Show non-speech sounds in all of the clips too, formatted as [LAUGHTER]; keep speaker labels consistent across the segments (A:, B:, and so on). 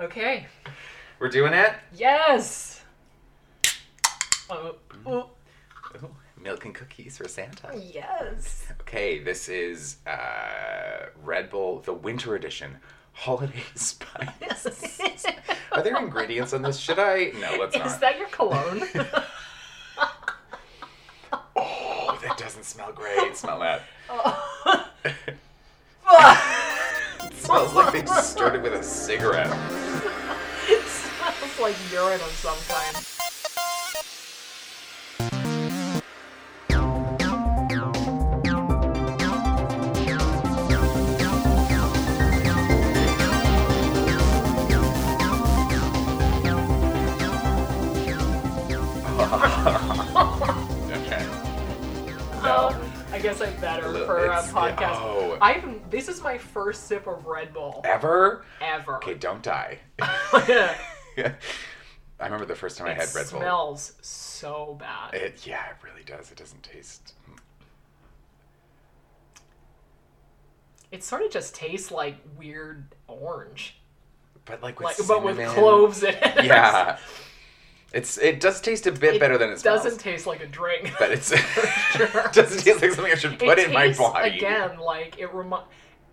A: Okay.
B: We're doing it.
A: Yes. Oh, oh,
B: Ooh, milk and cookies for Santa.
A: yes.
B: Okay, this is uh, Red Bull, the winter edition, holiday [LAUGHS] spice. Are there ingredients in this? Should I? No, let's
A: Is
B: not.
A: that your cologne?
B: [LAUGHS] Oh, that doesn't smell great. Smell that.
A: [LAUGHS] Oh. [LAUGHS]
B: It smells like they just started with a cigarette.
A: it smells like urine of some kind.
B: Okay.
A: Um,
B: No.
A: I guess I better
B: Look,
A: for a
B: it's-
A: podcast.
B: oh.
A: I've this is my first sip of Red Bull
B: Ever?
A: ever. [LAUGHS]
B: Okay, don't die. [LAUGHS]
A: it
B: I remember the first time I had Red Bull.
A: smells so bad.
B: It, yeah, it really does. It doesn't taste.
A: It sort of just tastes like weird orange,
B: But like with
A: like but with
B: cinnamon-
A: cloves in it. [LAUGHS]
B: Yeah. It's it does taste a bit
A: It
B: better than it smells.
A: doesn't taste like a drink.
B: but it's [LAUGHS]
A: sure.
B: it doesn't taste like something I should put
A: [LAUGHS] it
B: in my
A: tastes,
B: body.
A: Again, like it remind.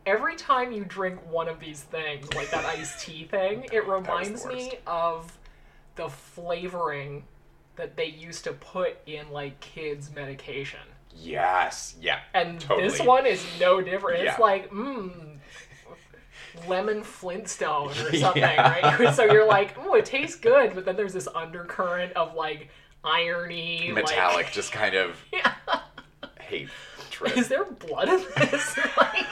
A: Every time you drink one of these things, like that iced tea
B: [LAUGHS]
A: thing, it reminds me
B: worst.
A: of the flavoring that they used to put in like kids' medication.
B: Yes. Yeah.
A: And this
B: Totally.
A: one is no different.
B: Yeah.
A: It's like, mmm, lemon Flintstone or something,
B: [LAUGHS] Yeah.
A: right? [LAUGHS] So you're like, oh, it tastes good, but then there's this undercurrent of like irony, like-
B: Metallic, just kind of
A: [LAUGHS] Yeah. [LAUGHS]
B: hate trip. [LAUGHS]
A: Is there blood in this? [LAUGHS] like,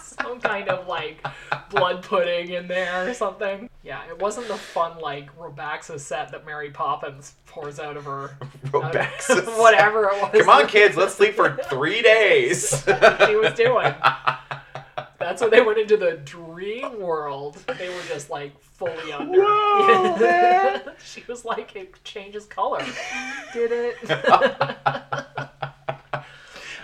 A: some kind of like blood pudding in there or something. Yeah, it wasn't the fun like Robaxa set that Mary Poppins pours out of her.
B: Robaxas.
A: [LAUGHS] Whatever it was.
B: Come on, kids. Let's sleep for
A: [LAUGHS]
B: three days. [LAUGHS]
A: She was doing. That's when they went into the dream world. They were just like fully under.
B: Whoa, man.
A: [LAUGHS] she was like, it changes color. Did [LAUGHS] it? But I,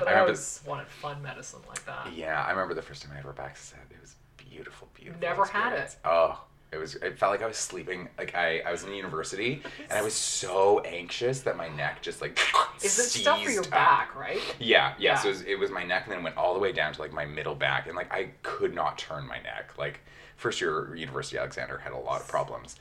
B: remember-
A: always wanted fun medicine like that.
B: yeah, I remember the first time I had Robaxas. It was beautiful, beautiful.
A: Never had
B: experience. Oh. It was. It felt like I was sleeping. Like I, I was in university, and I was so anxious that my neck just like. [LAUGHS]
A: Is it stuff for your
B: seized up.
A: back, right?
B: Yeah, yeah.
A: Yeah.
B: So it was, it was my neck, and then it went all the way down to like my middle back, and like I could not turn my neck. Like first year University of Alexander had a lot of problems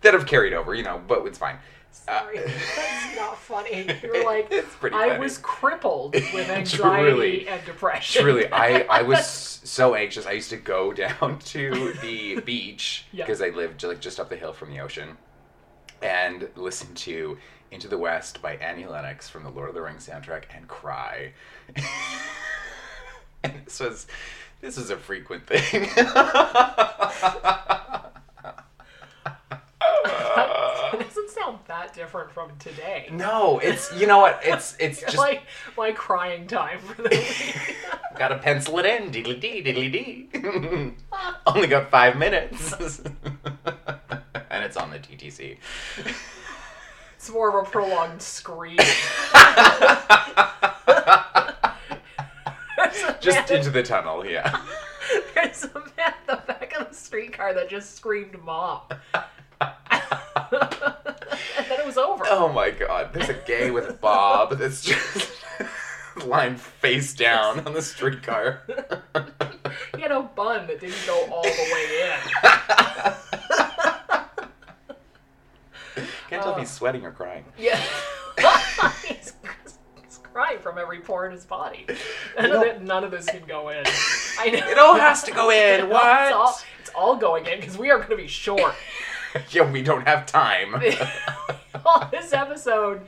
B: that have carried over, you know, but it's fine.
A: Sorry, that's not funny.
B: [LAUGHS]
A: You're like,
B: Uh, It's pretty
A: I
B: funny.
A: was
B: [LAUGHS]
A: crippled with anxiety
B: Truly.
A: and depression. [LAUGHS]
B: Truly, I I was so anxious. I used to go [LAUGHS] down to the beach
A: Yeah.
B: because I lived like just up the hill from the ocean, and listen to Into the West by Annie Lennox from the Lord of the Rings soundtrack and cry. [LAUGHS] and this was this was a frequent thing. [LAUGHS] uh,
A: That doesn't sound that different from today. [LAUGHS]
B: No, it's you know what? It's it's just
A: like my crying time for the
B: [LAUGHS]
A: week.
B: gotta pencil it in. Diddly dee, diddly
A: [LAUGHS]
B: dee. Only got five minutes, [LAUGHS] and it's on the TTC.
A: it's more of a prolonged
B: [LAUGHS]
A: scream. There's a
B: Just
A: man-
B: into the tunnel, yeah. [LAUGHS]
A: There's a man at the back of the streetcar that just screamed "mom," [LAUGHS] and then it was over.
B: Oh my god, there's a gay with a bob that's just [LAUGHS] lying face down on the streetcar.
A: He had a bun that didn't go all the way in.
B: [LAUGHS] Can't tell if he's sweating or crying.
A: Yeah. [LAUGHS] he's, he's crying from every pore in his body. None,
B: know-
A: of, it, none of this can go in. I know. [LAUGHS]
B: It all has to go in.
A: It's all,
B: What?
A: it's all going in because we are going to be short. [LAUGHS]
B: Yeah, we don't have time.
A: on this episode,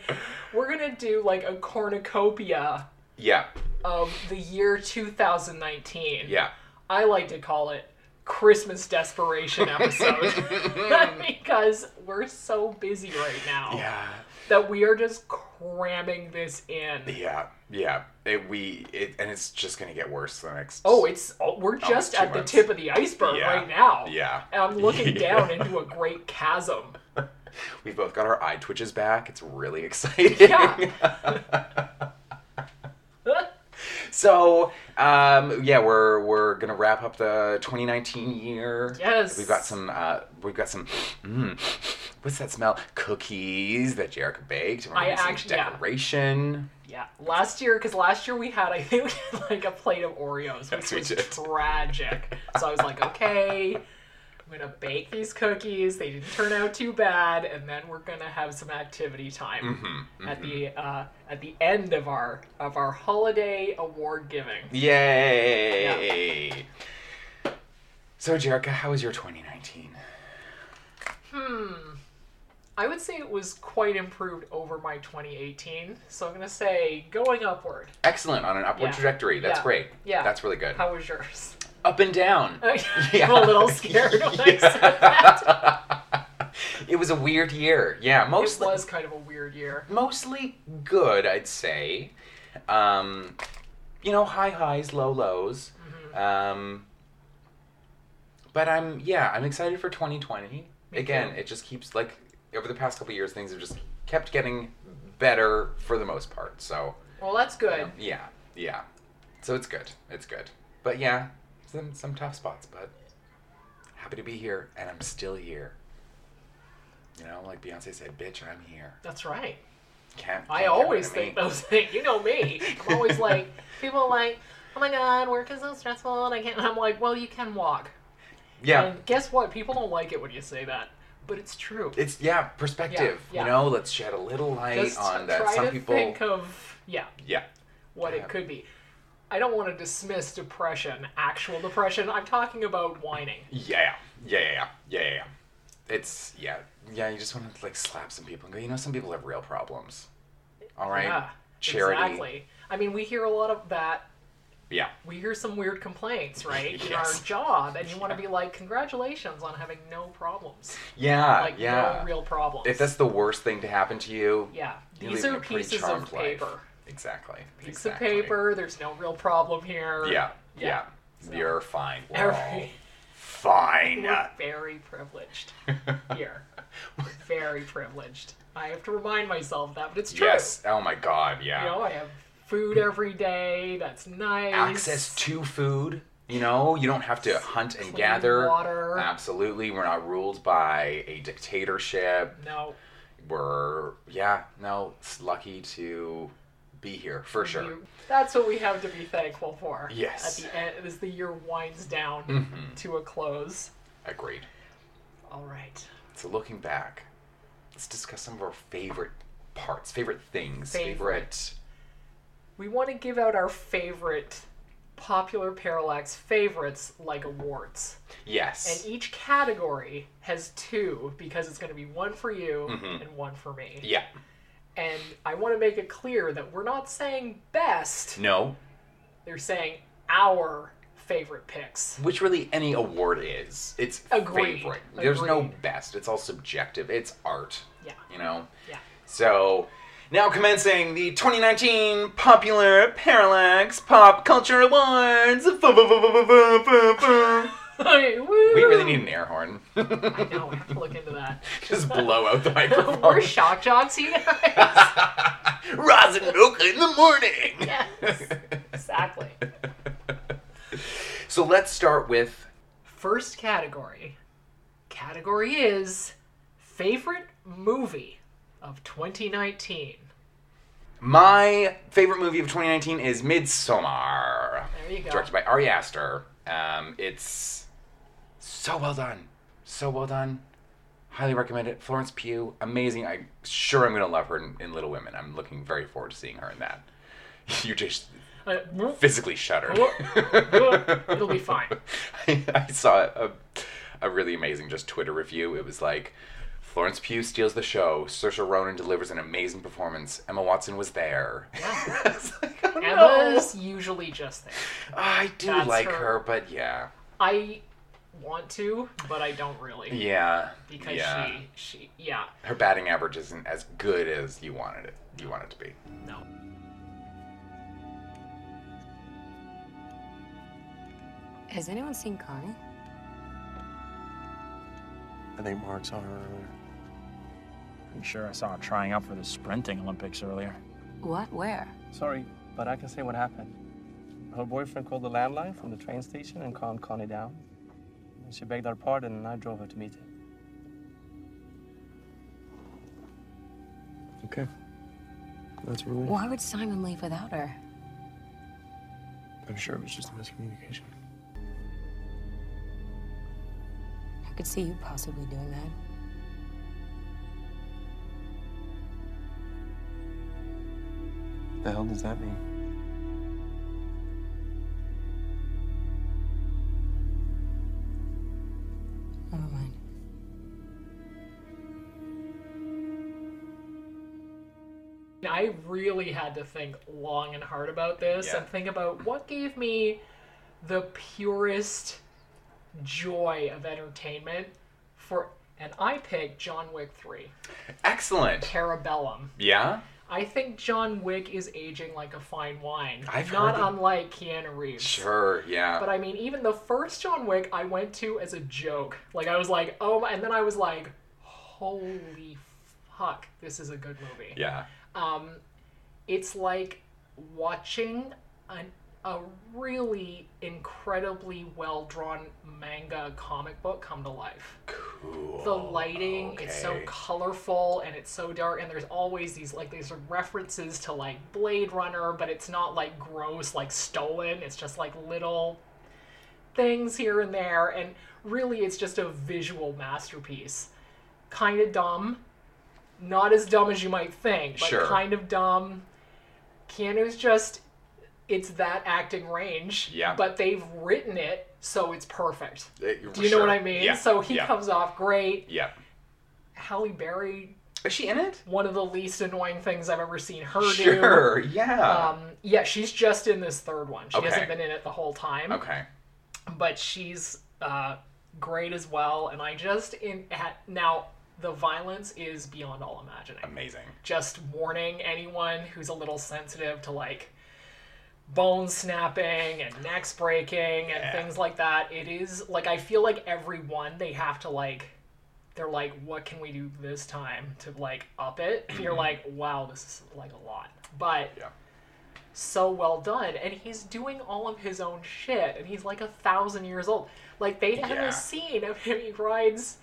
A: we're going to do like a cornucopia
B: Yeah,
A: of the year 2019.
B: yeah.
A: I like to call it Christmas desperation episode
B: [LAUGHS]
A: [LAUGHS] because we're so busy right now.
B: Yeah.
A: that we are just cramming this in.
B: Yeah, yeah. It, we it, and it's just gonna get worse the next.
A: Oh, it's oh, we're just
B: two
A: at the
B: months.
A: tip of the iceberg
B: Yeah.
A: right now.
B: Yeah.
A: and I'm
B: [LAUGHS]
A: looking
B: Yeah.
A: down into a great chasm.
B: we've both got our eye twitches [LAUGHS] back. It's really exciting.
A: Yeah.
B: So, um, yeah, we're we're gonna wrap up the 2019 year.
A: [LAUGHS] Yes.
B: we've got some. Uh, we've got some. Mm, what's that smell? Cookies that Jerica baked. We're
A: I
B: gonna do some
A: act- yeah.
B: decoration.
A: Yeah, last year because last year we had I think [LAUGHS] we had like a plate of Oreos, which
B: Yes, we
A: was
B: did.
A: tragic. So I was like, okay, I'm gonna bake these cookies. They didn't turn out too bad, and then we're gonna have some activity time
B: Mm-hmm,
A: at the uh, at the end of our of our holiday award giving.
B: Yay! So, Jerica, how was your 2019?
A: Hmm. I would say it was quite improved over my 2018. So I'm gonna say going upward.
B: Excellent on an upward
A: Yeah.
B: trajectory. That's
A: Yeah.
B: great.
A: Yeah.
B: That's really good.
A: How was
B: [LAUGHS]
A: yours? [LAUGHS]
B: Up and down.
A: I'm a little scared when
B: [LAUGHS]
A: I said that.
B: it was a weird year. Yeah,
A: It
B: mostly
A: was kind of a weird year.
B: mostly good, I'd say. Um, you know, high highs, low lows.
A: Mm-hmm.
B: Um, but I'm yeah, I'm excited for 2020.
A: Me
B: Again,
A: too.
B: it just keeps like over the past couple years, things have just kept getting better for the most part. So
A: Well, that's good.
B: yeah, yeah. So it's good. It's good. But yeah, some some tough spots, but happy to be here, and I'm still here. You know, like Beyonce said, "Bitch, I'm here."
A: That's right.
B: Can't. can't
A: I
B: get
A: always
B: rid of me.
A: think those [LAUGHS] things. You know me. I'm
B: [LAUGHS]
A: always like, people are like, oh my god, work is so stressful and I can't. And I'm like, well, you can walk.
B: Yeah,
A: And guess what? People don't like it when you say that, but it's true.
B: it's yeah perspective.
A: yeah.
B: You know, let's shed a little light
A: Just
B: on that.
A: try
B: Some
A: to
B: people.
A: think of yeah,
B: yeah.
A: what
B: Yeah.
A: it could be. I don't want to dismiss depression, actual depression. I'm talking about whining.
B: Yeah, yeah, yeah, yeah, yeah, yeah, yeah. It's yeah, yeah. You just want to like slap some people and go. You know, some people have real problems. All right.
A: Yeah,
B: Charity.
A: Exactly. I mean, we hear a lot of that
B: Yeah.
A: we hear some weird
B: [LAUGHS]
A: complaints, right, in
B: Yes.
A: our job, and you want to be like, congratulations on having no
B: [LAUGHS]
A: problems,
B: Yeah.
A: like
B: yeah.
A: no real problems.
B: If that's the worst thing to happen to you,
A: yeah,
B: you're
A: these
B: living
A: are
B: a pretty
A: pieces of
B: charmed life.
A: paper.
B: Exactly.
A: Piece
B: exactly.
A: of paper. There's no real problem here.
B: Yeah. Yeah.
A: Yeah. So-
B: You're fine. We're all
A: Every, [LAUGHS]
B: fine.
A: we're very
B: [LAUGHS]
A: privileged here. We're very privileged. I have to remind myself of that, but it's true.
B: yes. Oh my God. Yeah.
A: You know, I have food every day. That's nice.
B: Access to food. You know, you don't have to hunt and
A: Clean
B: gather.
A: water.
B: Absolutely. We're not ruled by a dictatorship.
A: No.
B: We're, yeah, no, it's lucky to be here for sure.
A: You- that's what we have to be thankful for.
B: Yes. Mm-hmm.
A: At the end, as the year winds down to a close.
B: Agreed.
A: All right.
B: So looking back, let's discuss some of our favorite parts, favorite things,
A: Favorite.
B: favorite.
A: We want to give out our favorite popular parallax favorites like awards.
B: Yes.
A: And each category has two because it's going to be one for you
B: Mm-hmm.
A: and one for me.
B: yeah.
A: And I want to make it clear that we're not saying best,
B: No.
A: they're saying our favorite picks.
B: Which really any award is. It's
A: Agreed.
B: favorite. There's no
A: Agreed.
B: best. It's all subjective. It's art.
A: Yeah.
B: You know?
A: Yeah. [LAUGHS]
B: So now commencing the 2019 Popular Parallax Pop Culture Awards. [LAUGHS] We really need an air horn. [LAUGHS]
A: I know, we have to look into that.
B: Just blow out the microphone.
A: [LAUGHS] We're shock jocks, you guys.
B: Roz and Mocha in the morning.
A: yes, exactly.
B: So let's start with
A: First category. Category is favorite movie of 2019.
B: my favorite movie of 2019 is Midsommar,
A: There you go.
B: directed by Ari Aster. Um, it's so well done, so well done. Highly recommend it. Florence Pugh, amazing. I'm sure I'm gonna love her in, in Little Women. I'm looking very forward to seeing her in that. [LAUGHS] You just
A: Uh, whoop,
B: physically shuddered.
A: whoop, whoop. It'll be [LAUGHS] fine.
B: I, [LAUGHS] I saw a, a really amazing just Twitter review. It was like, Florence Pugh steals the show. Saoirse Ronan delivers an amazing performance. Emma Watson was there. [LAUGHS]
A: Yeah.
B: I was like, oh, no.
A: Emma's usually just there.
B: I do
A: That's
B: like
A: her.
B: her. but yeah,
A: I want to, but I don't really.
B: yeah,
A: Because
B: yeah.
A: she, she, yeah,
B: her batting average isn't as good as you wanted it. You want it to be.
A: no.
C: Has anyone seen Connie?
D: I think Mark's on her earlier.
E: Pretty sure I saw her trying out for the sprinting Olympics earlier.
C: What? Where?
D: Sorry, but I can say what happened. Her boyfriend called the landline from the train station and calmed Connie down. She begged our pardon, and I drove her to meet him.
F: Okay. That's really.
C: Why would Simon leave without her?
F: I'm sure it was just a miscommunication.
C: I could see you possibly doing that.
D: The hell does that mean?
C: Never mind.
A: I really had to think long and hard about this
B: Yeah.
A: and think about what gave me the purest joy of entertainment for and I picked John Wick 3,
B: Excellent.
A: Parabellum.
B: Yeah.
A: I think John Wick is aging like a fine wine,
B: I've
A: not
B: heard that-
A: unlike Keanu Reeves.
B: Sure. Yeah.
A: But I mean, even the first John Wick I went to as a joke. Like I was like, "Oh," my, and then I was like, "Holy fuck, this is a good movie."
B: yeah.
A: it's like watching an, a really incredibly well drawn manga comic book come to life.
B: Cool.
A: The lighting, it's so
B: okay.
A: colorful and it's so dark, and there's always these like these references to like Blade Runner, but it's not like gross, like stolen. It's just like little things here and there, and really, it's just a visual masterpiece. Kind of dumb, not as dumb as you might think, but
B: Sure.
A: kind of dumb. Keanu's just it's that acting range,
B: Yeah.
A: but they've written it so it's perfect.
B: Uh,
A: Do you
B: sure.
A: know what I mean?
B: Yeah.
A: So he
B: yeah.
A: comes off great.
B: Yeah.
A: Halle Berry,
B: Is she in it?
A: one of the least annoying things I've ever seen her do.
B: Sure. Yeah.
A: Um, yeah, she's just in this third one. She
B: Okay.
A: hasn't been in it the whole time,
B: okay.
A: but she's uh, great as well. And I just in ha- now the violence is beyond all imagining.
B: Amazing.
A: just warning anyone who's a little sensitive to like bone snapping and necks breaking and things like that. It is like I feel like everyone they have to like they're like, what can we do this time to like up it? And you're like, wow, this is like a lot. But
B: Mm-hmm. Yeah.
A: so well done. And he's doing all of his own shit. And he's like a thousand years old. Like they have
B: Yeah.
A: a scene of him he rides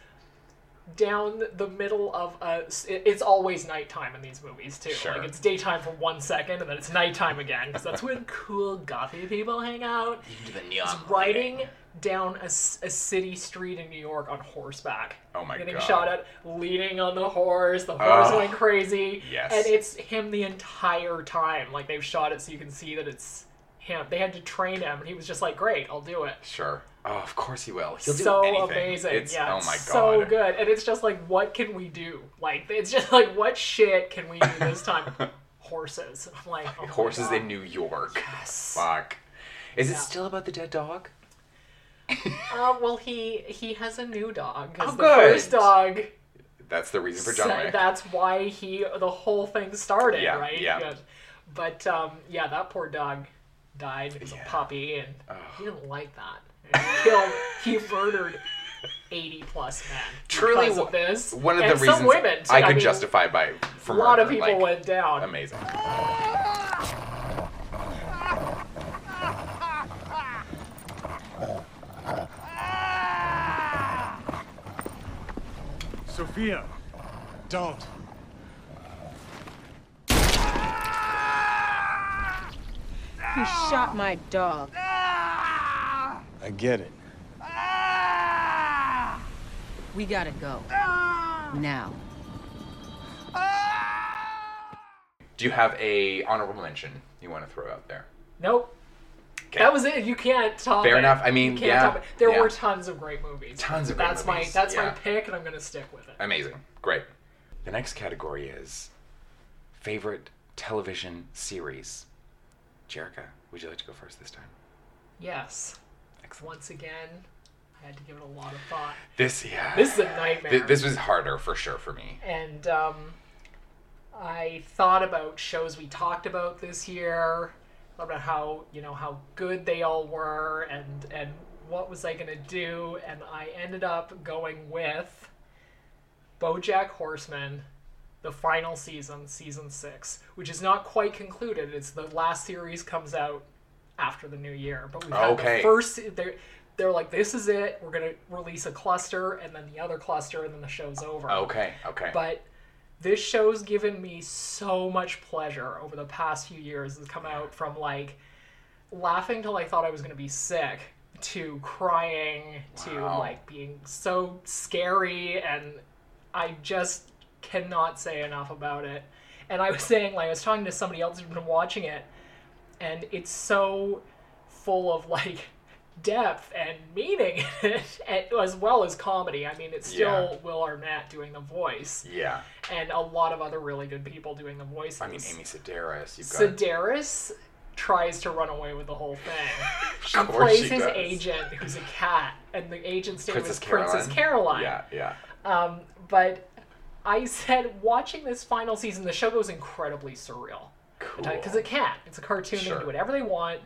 A: down the middle of a. it- It's always nighttime in these movies too.
B: Sure.
A: Like it's daytime for one second and then it's nighttime again because that's when cool gothy people hang out. He's riding down a, s- a city street in New York on horseback.
B: Oh my
A: Getting
B: God.
A: shot at, leaning on the horse, the horse
B: Ugh.
A: going crazy.
B: Yes.
A: And it's him the entire time. Like they've shot it so you can see that it's him. They had to train him and he was just like, Great, I'll do it.
B: Sure. Oh, of course he will. He'll
A: so
B: do anything.
A: amazing.
B: It's,
A: yeah.
B: oh
A: it's
B: my god.
A: So good. And it's just like, what can we do? Like it's just like what shit can we do this
B: [LAUGHS]
A: time? Horses. [LAUGHS] I'm like oh my
B: Horses
A: God.
B: in New York. Fuck. Is it still about the dead dog?
A: Uh, well he he has a new dog. 'cause
B: Oh,
A: the
B: good.
A: first dog
B: That's the reason for John
A: So
B: Wick.
A: That's why he the whole thing started,
B: Yeah,
A: right?
B: yeah.
A: But um, yeah, that poor dog died. It was
B: Yeah.
A: a puppy, and he didn't like that. And he killed. He murdered eighty plus men.
B: Truly,
A: because of
B: w-
A: this.
B: one of
A: and
B: the reasons
A: some women. too.
B: I could
A: mean,
B: justify by
A: A
B: from
A: lot of
B: her,
A: people
B: like,
A: went down.
B: Amazing.
G: Sophia, don't.
H: You shot my dog.
G: I get it.
H: We gotta go. Now.
B: Do you have a honorable mention you want to throw out there?
A: Nope. That was it. You can't top
B: Fair
A: it.
B: enough. I mean,
A: You can't
B: yeah,
A: top it. There
B: yeah.
A: were tons of great movies.
B: Tons of great
A: that's
B: movies,
A: my that's my
B: yeah.
A: pick, and I'm gonna stick with it.
B: Amazing. Great. The next category is favorite television series. Jerica, would you like to go first this time?
A: Yes. Once again, I had to give it a lot of thought.
B: This yeah.
A: This is a nightmare.
B: Th- this was harder for sure for me.
A: and um, I thought about shows we talked about this year, thought about how you know how good they all were, and and what was I gonna do, and I ended up going with BoJack Horseman, the final season, season six, which is not quite concluded. It's the last series comes out after the new year. But we've had
B: Okay.
A: the first. They're, they're like, this is it. We're going to release a cluster and then the other cluster and then the show's over.
B: Okay, okay.
A: But this show's given me so much pleasure over the past few years. It's come out from like laughing till I thought I was going to be sick to crying to
B: Wow.
A: like being so scary and I just cannot say enough about it. And I was [LAUGHS] saying like I was talking to somebody else who's been watching it and it's so full of like depth and meaning [LAUGHS] in it, and- as well as comedy. I mean, it's still
B: Yeah.
A: Will Arnett doing the voice
B: yeah.
A: and a lot of other really good people doing the voices.
B: I mean, Amy Sedaris, you've got.
A: Sedaris tries to run away with the whole thing.
B: [LAUGHS] Of
A: she
B: course
A: plays
B: she
A: his
B: does.
A: agent, who's a cat, and the agent's name
B: Princess
A: is Princess Caroline.
B: Caroline. Yeah, yeah.
A: But I said, watching this final season, the show goes incredibly surreal.
B: Cool.
A: Because it can. It's a cartoon. They
B: Sure.
A: can do whatever they want.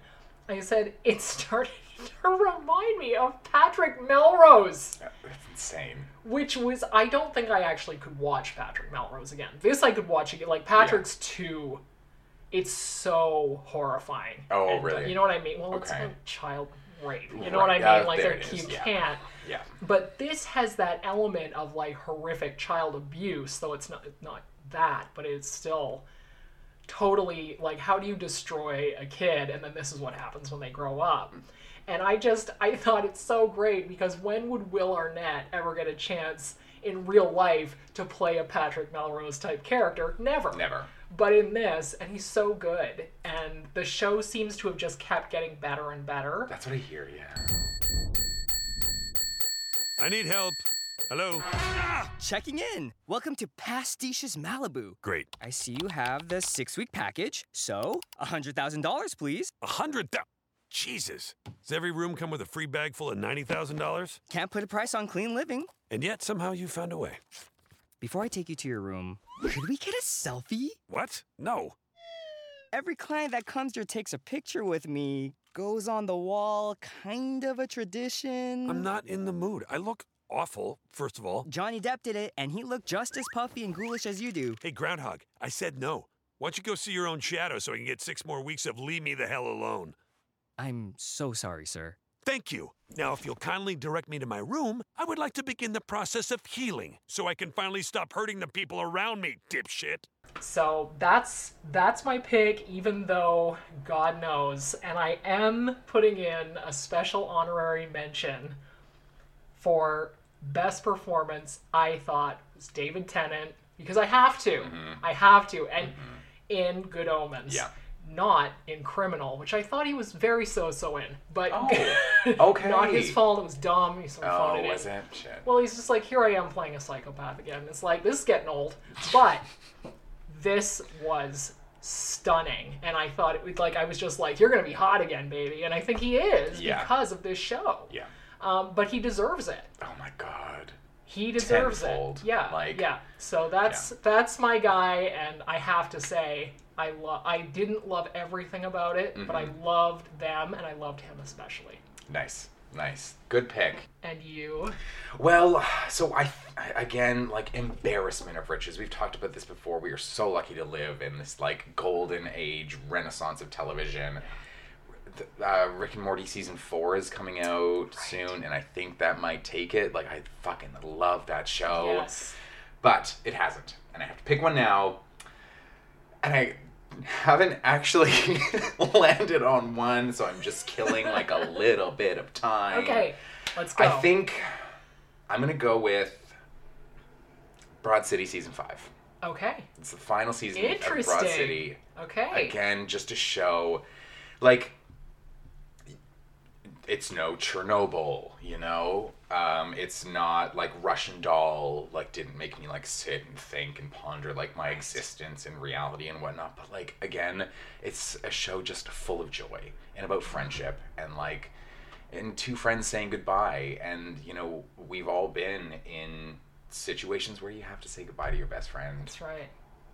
A: Like I said, it started [LAUGHS] to remind me of Patrick Melrose,
B: That's insane.
A: which was I don't think I actually could watch Patrick Melrose again. This I could watch again. Like Patrick's too. It's so horrifying. uh,
B: Oh, really?
A: You know what I mean? Well, it's
B: Okay.
A: like child rape. You know what I mean?
B: Right, yeah,
A: like
B: there
A: they're-
B: it
A: you
B: is, yeah.
A: can't.
B: Yeah.
A: But this has that element of like horrific child abuse, though it's not not that, but it's still totally like how do you destroy a kid and then this is what happens when they grow up. And I just I thought it's so great because when would Will Arnett ever get a chance in real life to play a Patrick Melrose type character? Never.
B: Never.
A: But in this, and he's so good, and the show seems to have just kept getting better and better.
B: That's what I hear, yeah.
I: I need help. Hello?
J: Checking in. Welcome to Pastishes Malibu.
I: Great.
J: I see you have the six week package, so $100,000, please.
I: A hundred thousand. Jesus. Does every room come with a free bag full of $90,000?
J: Can't put a price on clean living.
I: And yet somehow you found a way.
J: Before I take you to your room, could we get a selfie?
I: What? No.
J: Every client that comes here takes a picture with me, goes on the wall, kind of a tradition.
I: I'm not in the mood. I look awful, first of all.
J: Johnny Depp did it, and he looked just as puffy and ghoulish as you do.
I: Hey, Groundhog, I said no. Why don't you go see your own shadow so I can get six more weeks of leave me the hell alone?
J: I'm so sorry, sir.
I: Thank you. Now, if you'll kindly direct me to my room, I would like to begin the process of healing so I can finally stop hurting the people around me, dipshit.
A: So that's that's my pick, even though God knows, and I am putting in a special honorary mention for best performance. I thought was David Tennant because I have to, I have to, and in Good Omens,
B: Mm-hmm. Yeah.
A: not in Criminal, which I thought he was very so-so in, but
B: Oh,
A: [LAUGHS]
B: okay.
A: not his fault. It was dumb. He sort of
B: Oh,
A: phoned it in.
B: was it? Shit.
A: Well, he's just like, here I am playing a psychopath again. It's like, this is getting old. But this was stunning. And I thought it would, like, I was just like, you're going to be hot again, baby. And I think he is
B: Yeah.
A: because of this show.
B: yeah.
A: Um, but he deserves it.
B: Oh my god.
A: He deserves
B: Tenfold,
A: it. Yeah.
B: like-
A: yeah. So that's that's my guy and I have to say I love I didn't love everything about it, but
B: Mm-hmm.
A: I loved them and I loved him especially.
B: Nice. Nice. Good pick.
A: And you
B: Well, so I, I again like embarrassment of riches. We've talked about this before. We are so lucky to live in this like golden age renaissance of television. Th- Uh, Rick and Morty season four is coming out soon, and I think that might take it. Like I fucking love that show,
A: Yes.
B: but it hasn't, and I have to pick one now. And I haven't actually [LAUGHS] landed on one, so I'm just killing like
A: [LAUGHS]
B: a little bit of time.
A: Okay. Let's go.
B: I think I'm gonna go with Broad City season five.
A: Okay.
B: It's the final season of Broad
A: Interesting.
B: City.
A: Okay.
B: Again, just to show, like, it's no Chernobyl, you know. Um, it's not like Russian Doll. Like, didn't make me like sit and think and ponder like my existence and reality and whatnot. But like, again, it's a show just full of joy and about friendship and like and two friends saying goodbye and you know we've all been in situations where you have to say goodbye to your best friend
A: That's right.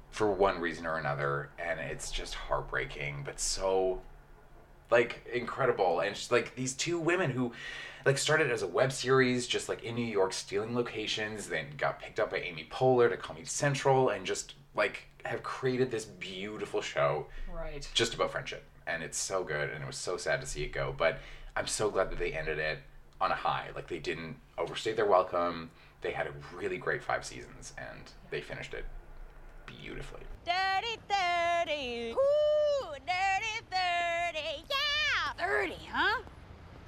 B: for one reason or another and it's just heartbreaking but so like incredible and just, like these two women who like started as a web series just like in New York stealing locations then got picked up by Amy Poehler to Comedy Central and just like have created this beautiful show
A: Right.
B: just about friendship, and it's so good, and it was so sad to see it go. But I'm so glad that they ended it on a high. Like they didn't overstay their welcome. They had a really great five seasons, and they finished it beautifully.
K: Dirty 30. Ooh, dirty 30. Yeah. 30, huh?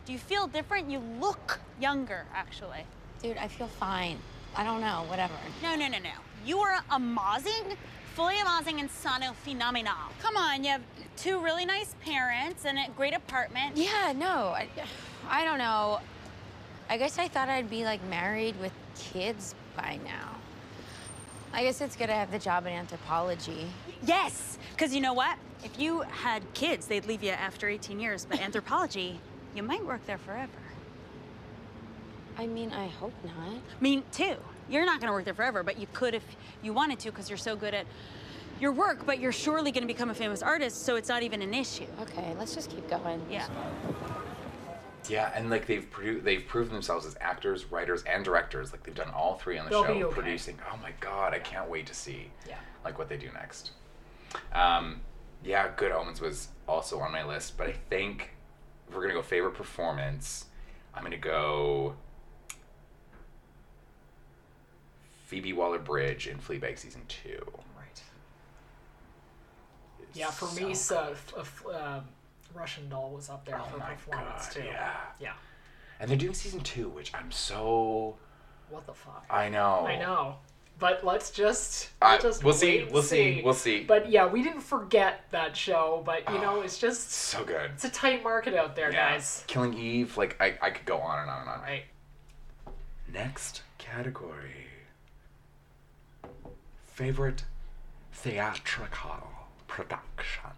K: Do you feel different? You look younger, actually.
C: Dude, I feel fine. I don't know, whatever.
K: No, no, no, no. You are amazing, fully amazing, and sano phenomenal. Come on, you have two really nice parents and a great apartment.
C: Yeah, no, I, I don't know. I guess I thought I'd be like married with kids by now. I guess it's good I have the job in anthropology.
K: Yes, because you know what? If you had kids, they'd leave you after 18 years, but anthropology, you might work there forever.
C: I mean, I hope not.
K: mean, too. You're not going to work there forever, but you could if you wanted to because you're so good at your work, but you're surely going to become a famous artist, so it's not even an issue.
C: Okay, let's just keep going.
K: Yeah.
B: Yeah, and like they've produ- they've proven themselves as actors, writers, and directors. Like they've done all three on the
A: They'll
B: show,
A: be okay.
B: producing. Oh my god, I can't wait to see
A: Yeah.
B: like what they do next. Um, yeah, Good Omens was also on my list, but I think if we're gonna go favorite performance, I'm gonna go Phoebe Waller Bridge in Fleabag season two.
A: Right. Yeah, for me, so, f- f- um, Russian Doll was up there for performance too.
B: Oh yeah.
A: Yeah.
B: And they're doing season two, which I'm so
A: What the fuck?
B: I know.
A: I know. But let's just,
B: I-
A: let's just
B: we'll see,
A: wait and
B: we'll see, we'll see.
A: But yeah, we didn't forget that show. But you know, it's just
B: So good.
A: it's a tight market out there,
B: Yeah.
A: guys.
B: Killing Eve, like I, I could go on and on and on.
A: Right.
B: Next category. Favorite theatrical production.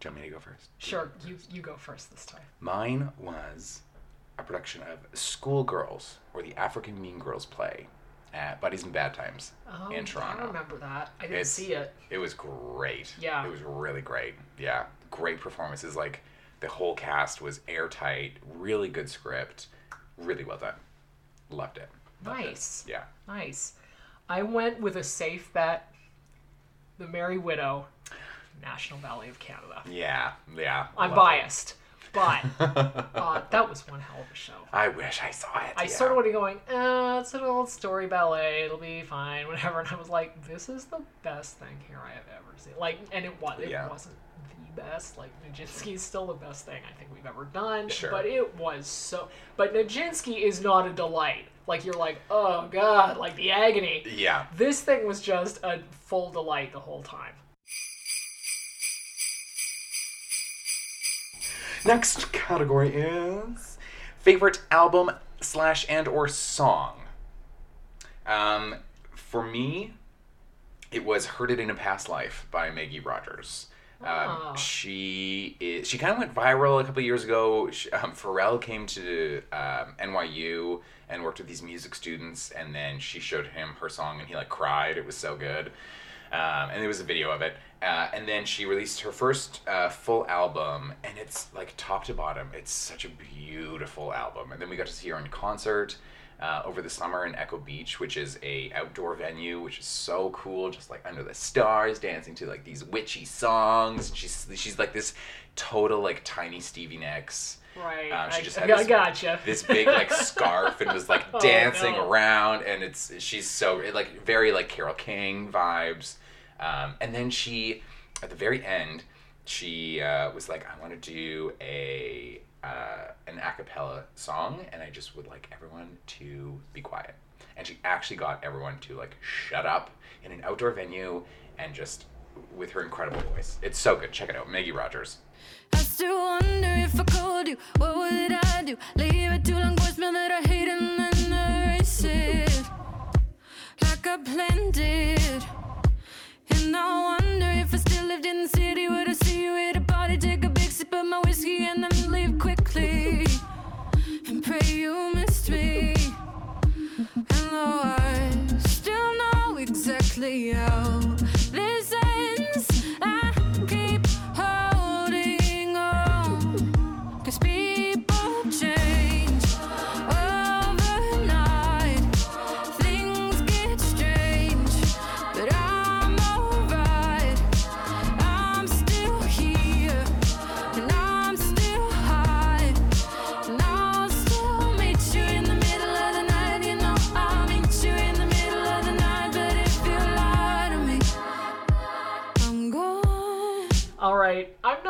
B: Do you want me to go first?
A: Sure, you you go first this time.
B: Mine was a production of Schoolgirls, or the African Mean Girls play at Buddies in Bad Times
A: Oh,
B: in
A: I
B: Toronto.
A: remember that. I didn't
B: It's-
A: see it.
B: It was great.
A: Yeah.
B: It was really great. Yeah. Great performances. Like the whole cast was airtight, really good script, really well done. Loved it.
A: Nice.
B: Yeah.
A: Nice. I went with a safe bet. The Merry Widow, National Valley of Canada.
B: Yeah. Yeah.
A: I'm
B: Loved
A: biased,
B: [LAUGHS]
A: but uh, that was one hell of a show.
B: I wish I saw it.
A: I
B: yeah.
A: sort of went in going, uh, it's an old story ballet. It'll be fine, [LAUGHS] whatever. And I was like, this is the best thing here I have ever seen. Like, and it was. It
B: Yeah.
A: wasn't the best. Like, Nijinsky's still the best thing I think we've ever done.
B: Sure.
A: But it was so. But Nijinsky is not a delight. Like, you're like, oh god, like the agony.
B: Yeah.
A: This thing was just a full delight the whole time.
B: [LAUGHS] Next category is favorite album slash and or song. Um, for me, it was "Hurted in a Past Life" by Maggie Rogers. Um, she is. She kind of went viral a couple of years ago. She, um, Pharrell came to um, NYU and worked with these music students, and then she showed him her song, and he like cried. It was so good. Um, and there was a video of it. Uh, and then she released her first uh, full album, and it's like top to bottom. It's such a beautiful album. And then we got to see her in concert uh, over the summer in Echo Beach, which is a outdoor venue, which is so cool, just like under the stars, dancing to like these witchy songs. And she's she's like this total like tiny Stevie Nicks.
A: Right.
B: Um,
A: I-
B: she just
A: I
B: had
A: got-
B: this,
A: gotcha.
B: this big
A: [LAUGHS]
B: like scarf and was like
A: Oh,
B: dancing
A: no.
B: around, and it's she's so it, like very like Carol King vibes. Um, and then she, at the very end, she uh, was like, "I want to do a uh, an a cappella song, and I just would like everyone to be quiet." And she actually got everyone to like shut up in an outdoor venue and just with her incredible voice. It's so good. Check it out, Maggie Rogers.
L: I still wonder if I called you, what would I do? Leave a too long voicemail that I hate and then erase it. Like I planned it. And I wonder if I still lived in the city, would I see you at a party? Take a big sip of my whiskey and then leave quickly. And pray you missed me. And though I still know exactly how this ends, I keep holding on. Cause people change overnight. Things get strange, but I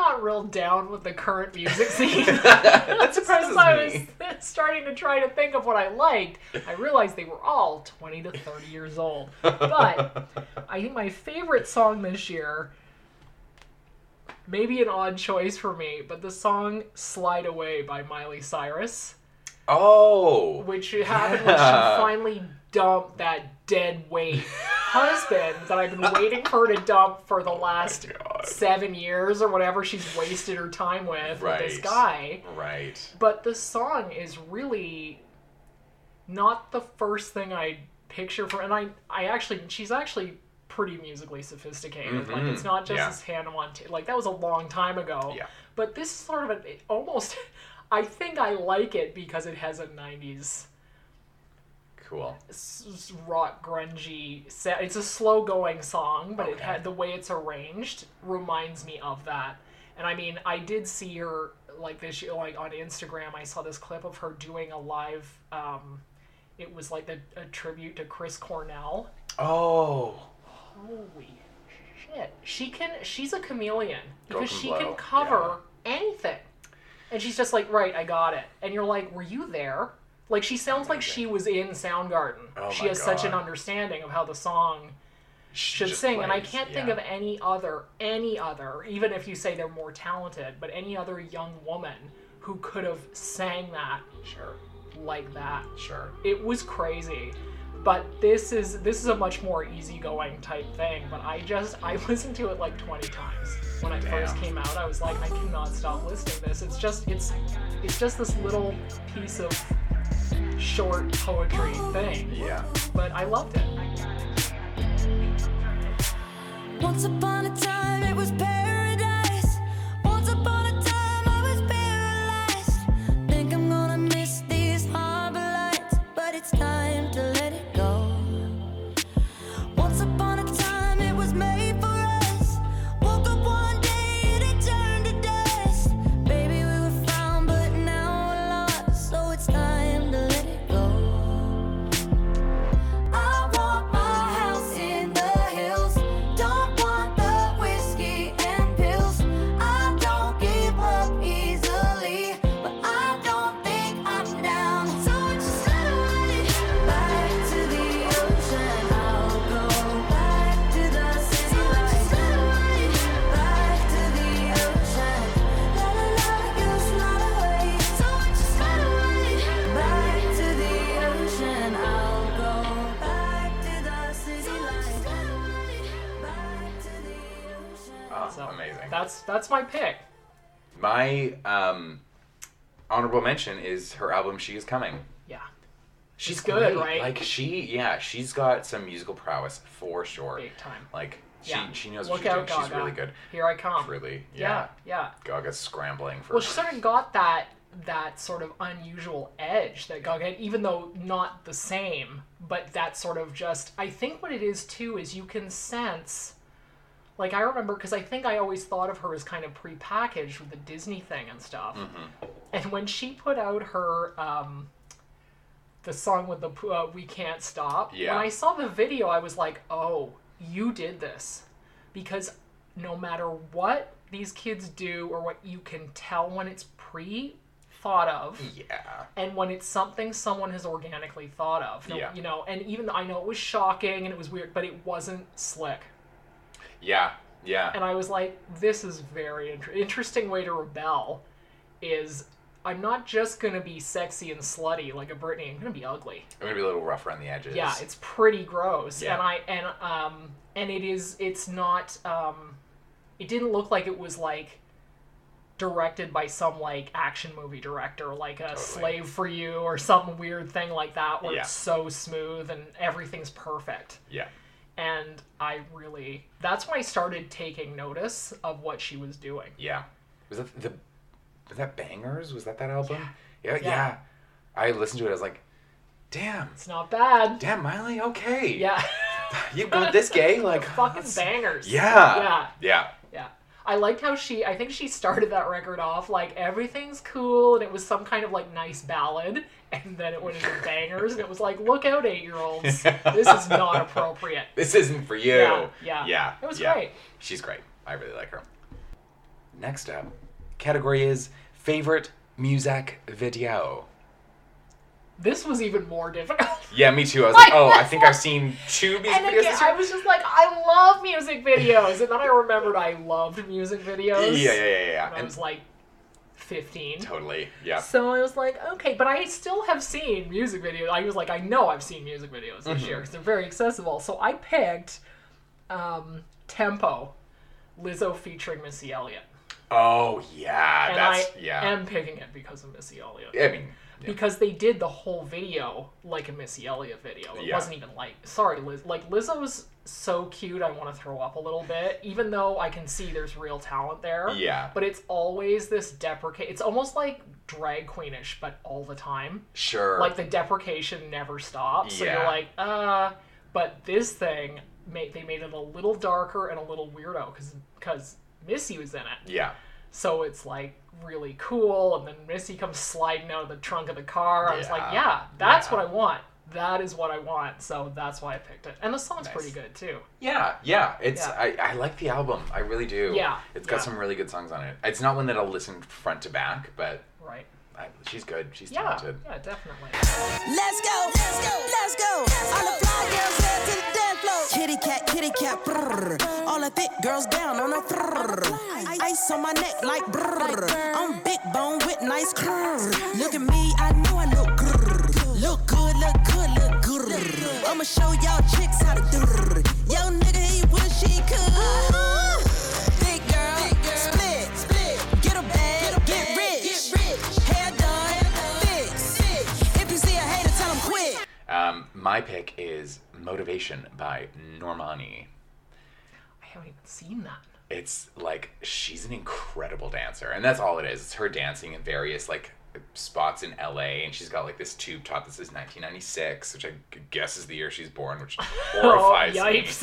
A: not real down with the current
B: [LAUGHS]
A: music scene. [LAUGHS]
B: that surprises
A: I
B: me.
A: was [LAUGHS] starting to try to think of what I liked, I realized they were all 20 to 30 years old. But I think my favorite song this year, maybe an odd choice for me, but the song Slide Away by Miley Cyrus,
B: Oh.
A: which happened
B: yeah.
A: when she finally dumped that dead weight husband that I've been waiting for her to dump for the
B: [LAUGHS] Oh
A: last seven years or whatever she's wasted her time with, with this
B: Right.
A: guy.
B: Right.
A: But the song is really not the first thing I picture for, and I, I actually, she's actually pretty musically sophisticated. Like
B: Mhm.
A: it's not just
B: Yeah.
A: as Hannah Montana. Like that was a long time ago.
B: Yeah.
A: But this is sort of an it almost. [LAUGHS] I think I like it because it has a '90s
B: Cool.
A: s- s- rock grungy set. It's a slow going song, but it
B: Okay.
A: had the way it's arranged reminds me of that. And I mean, I did see her like this year, like on Instagram. I saw this clip of her doing a live. Um, it was like a, a tribute to Chris Cornell.
B: Oh.
A: Holy shit! She can. She's a chameleon
B: Girl
A: because
B: can
A: she
B: blow,
A: can cover anything. And she's just like, right, I got it. And you're like, were you there? Like she sounds like she was in Soundgarden.
B: Oh
A: she
B: my
A: has such an
B: God.
A: understanding of how the song should
B: just
A: sing, and I
B: plays,
A: can't think
B: yeah.
A: of any other, any other, even if you say they're more talented, but any other young woman who could have sang that
B: sure
A: like that.
B: Sure.
A: It was crazy. But this is this is a much more easygoing type thing. But I just I [LAUGHS] listened to it like 20 times when it first
B: Damn.
A: came out. I was like, I cannot stop listening to this. It's just it's it's just this little piece of short poetry thing.
B: Yeah.
A: But I loved it.
L: Once upon a time, it was paradise. Once upon a time, I was paralyzed. Think I'm gonna miss these harbor lights, but it's time to let it go. Once upon a time, it was made for us. Woke up one day and it turned to dust. Baby, we were found, but now we're lost. So it's time to let it go. I want my house in the hills. Don't want the whiskey and pills. I don't give up easily, but I don't think I'm down. So just let it run. Back to the ocean, I'll go. Back to the city lights. Back to the ocean. La la la, you slide away. So just let it run. Back to the ocean, I'll go. Back to the city lights. Back to the ocean.
B: Oh, amazing.
A: That's that's my pick.
B: My um, honorable mention is her album "She Is Coming."
A: Yeah. She's good,
B: great.
A: right?
B: Like she, yeah, she's got some musical prowess for sure.
A: Big time.
B: Like she,
A: yeah.
B: she knows
A: Look
B: what she's
A: out,
B: doing. She's
A: Gaga.
B: really good.
A: Here I come.
B: Really,
A: Yeah, yeah.
B: yeah. Gaga's scrambling for.
A: Well, she sort of got that that sort of unusual edge that Gaga had, even though not the same, but that sort of just. I think what it is too is you can sense. Like I remember, because I think I always thought of her as kind of prepackaged with the Disney thing and stuff.
B: Mm-hmm.
A: And when she put out her um, the song with the p- uh, "We Can't Stop,"
B: Yeah.
A: when I saw the video, I was like, "Oh, you did this," because no matter what these kids do or what you can tell when it's pre thought of
B: Mm. yeah
A: and when it's something someone has organically thought of no-
B: Yeah.
A: you know and even though i know it was shocking and it was weird but it wasn't slick
B: Yeah, yeah.
A: and I was like, this is very inter- interesting way to rebel. Is I'm not just gonna be sexy and slutty like a Britney. I'm gonna be ugly.
B: I'm gonna be a little rough around the edges.
A: Yeah, it's pretty gross.
B: Yeah.
A: And I and um and it is it's not um it didn't look like it was like directed by some like action movie director like a slave for you or some weird thing like that where
B: Yeah.
A: it's so smooth and everything's perfect
B: yeah.
A: and I really that's when I started taking notice of what she was doing.
B: Yeah. Was that the was that Bangers? Was that that album? Yeah, yeah.
A: Yeah.
B: I listened to it. I was like, damn,
A: It's not bad.
B: damn, Miley, okay.
A: Yeah. [LAUGHS]
B: You got this gay, like,
A: fucking bangers.
B: yeah,
A: Yeah.
B: yeah,
A: Yeah. I liked how she I think she started that record off like everything's cool and it was some kind of like nice ballad and then it went into bangers and it was like look out
B: [LAUGHS]
A: 8-year-olds. This is not appropriate.
B: This isn't for you.
A: Yeah, yeah.
B: yeah.
A: It was
B: yeah.
A: great.
B: She's great. I really like her. Next up, category is favorite music video.
A: This was even more difficult. [LAUGHS]
B: Yeah, me too. I was like, oh, I think I've seen two music
A: And
B: videos
A: again,
B: this year.
A: I was just like, I love music videos, and then I remembered I loved music videos.
B: Yeah, yeah, yeah, yeah.
A: when I
B: And-
A: was like fifteen.
B: [LAUGHS] Totally. Yeah.
A: So I was like, okay, but I still have seen music videos. I was like, I know I've seen music videos this
B: Mhm.
A: year because they're very accessible. So I picked um, Tempo, Lizzo featuring Missy Elliott.
B: oh yeah,
A: and
B: that's
A: I
B: yeah.
A: am picking it because of Missy Elliott.
B: I mean, yeah.
A: Because they did the whole video like a Missy Elliott video. It
B: Yeah.
A: wasn't even like, sorry, Liz. Like, Lizzo's so cute, I want to throw up a little bit, even though I can see there's real talent there.
B: Yeah.
A: But it's always this deprecate. It's almost like drag queenish, but all the time.
B: Sure.
A: Like, the deprecation never stops. So you're
B: Yeah.
A: like, uh. But this thing, made, they made it a little darker and a little weirdo because Missy was in it.
B: yeah.
A: So it's like really cool, and then Missy comes sliding out of the trunk of the car. I was like,
B: Yeah,
A: yeah, that's what I want. That is what I want. So that's why I picked it. And the song's
B: Nice.
A: pretty good too.
B: Yeah, yeah. It's
A: Yeah.
B: I, I like the album. I really do.
A: Yeah,
B: It's got
A: yeah.
B: some really good songs on it. It's not one that I'll listen front to back, but
A: Right.
B: I, she's good. She's
A: Yeah.
B: talented.
A: Yeah, definitely.
M: Let's go, let's go, let's go. All the fly girls head to the dance floor. Kitty cat, kitty cat, brrr. All the thick girls down on the thrrr. Ice on my neck like brrr. I'm big bone with nice curve. Look at me, I know I look grrr. Look good, look good, look grrr. I'ma show y'all chicks how to grrr. Yo nigga, he wish he could. Big girl, split, split. Get a bag, get rich. Hair done, fix. If you see a hater, tell him quit.
B: Um, my pick is Motivation by Normani.
A: I haven't even seen that.
B: It's like she's an incredible dancer, and that's all it is. It's her dancing in various like spots in LA, and she's got like this tube top that says 1996, which I guess is the year she's born, which horrifies
A: [LAUGHS] oh, yikes.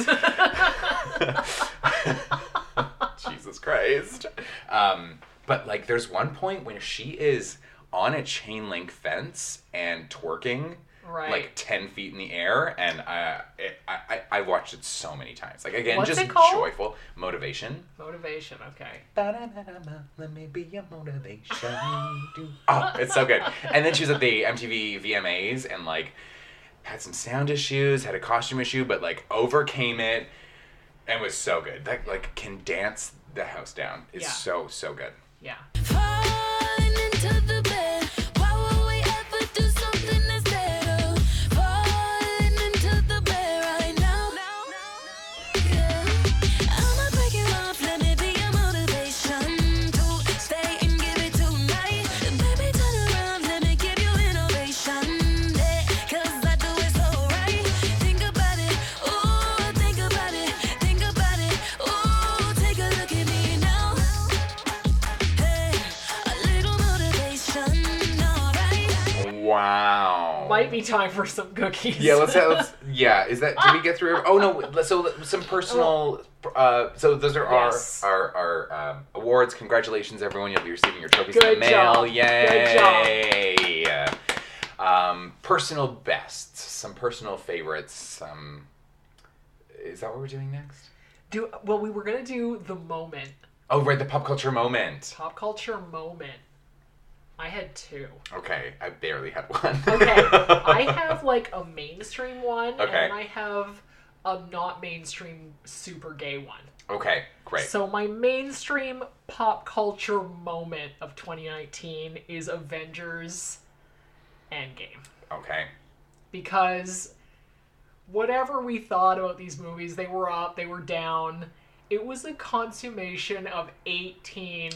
A: [LAUGHS]
B: me. [LAUGHS] Jesus Christ. Um, but like, there's one point when she is on a chain link fence and twerking.
A: Right.
B: Like ten feet in the air, and I, it, I I I watched it so many times. Like again,
A: What's
B: just
A: it called?
B: joyful motivation.
A: Motivation, okay.
B: Let me be your motivation. [LAUGHS] Oh, it's so good. And then she was at the MTV VMAs and like had some sound issues, had a costume issue, but like overcame it and was so good. That like can dance the house down. It's
L: Yeah.
B: so so good.
A: Yeah.
L: Falling into the bed. Why would we ever do something that's better? Falling into the bed right now. Yeah. I'ma break you off. Let me be your motivation to stay and give it tonight. Baby, turn around. Let me give you innovation. Yeah, 'cause I do it so right. Think about it. Ooh, think about it. Think about it. Ooh, take a look at me now.
B: Wow.
A: Might be time for some cookies.
B: Yeah, let's, let's yeah, is that did we get through oh
A: [LAUGHS]
B: no, so some personal uh so those are our
A: Oh. Yes.
B: our, our um, awards. Congratulations everyone. You'll be receiving your trophies in
A: Good
B: the mail.
A: job.
B: Yay. Um personal bests, some personal favorites, some is that what we're doing next?
A: Do well we were gonna do the moment.
B: Oh, right, the pop culture moment.
A: Pop culture moment. I had two.
B: Okay, I barely had one.
A: [LAUGHS]
B: [LAUGHS]
A: I have like a mainstream one, and
B: Okay.
A: then I have a not mainstream super gay one.
B: Okay, great.
A: So my mainstream pop culture moment of 2019 is Avengers Endgame
B: okay.
A: because whatever we thought about these movies, they were up, they were down. It was a consummation of 18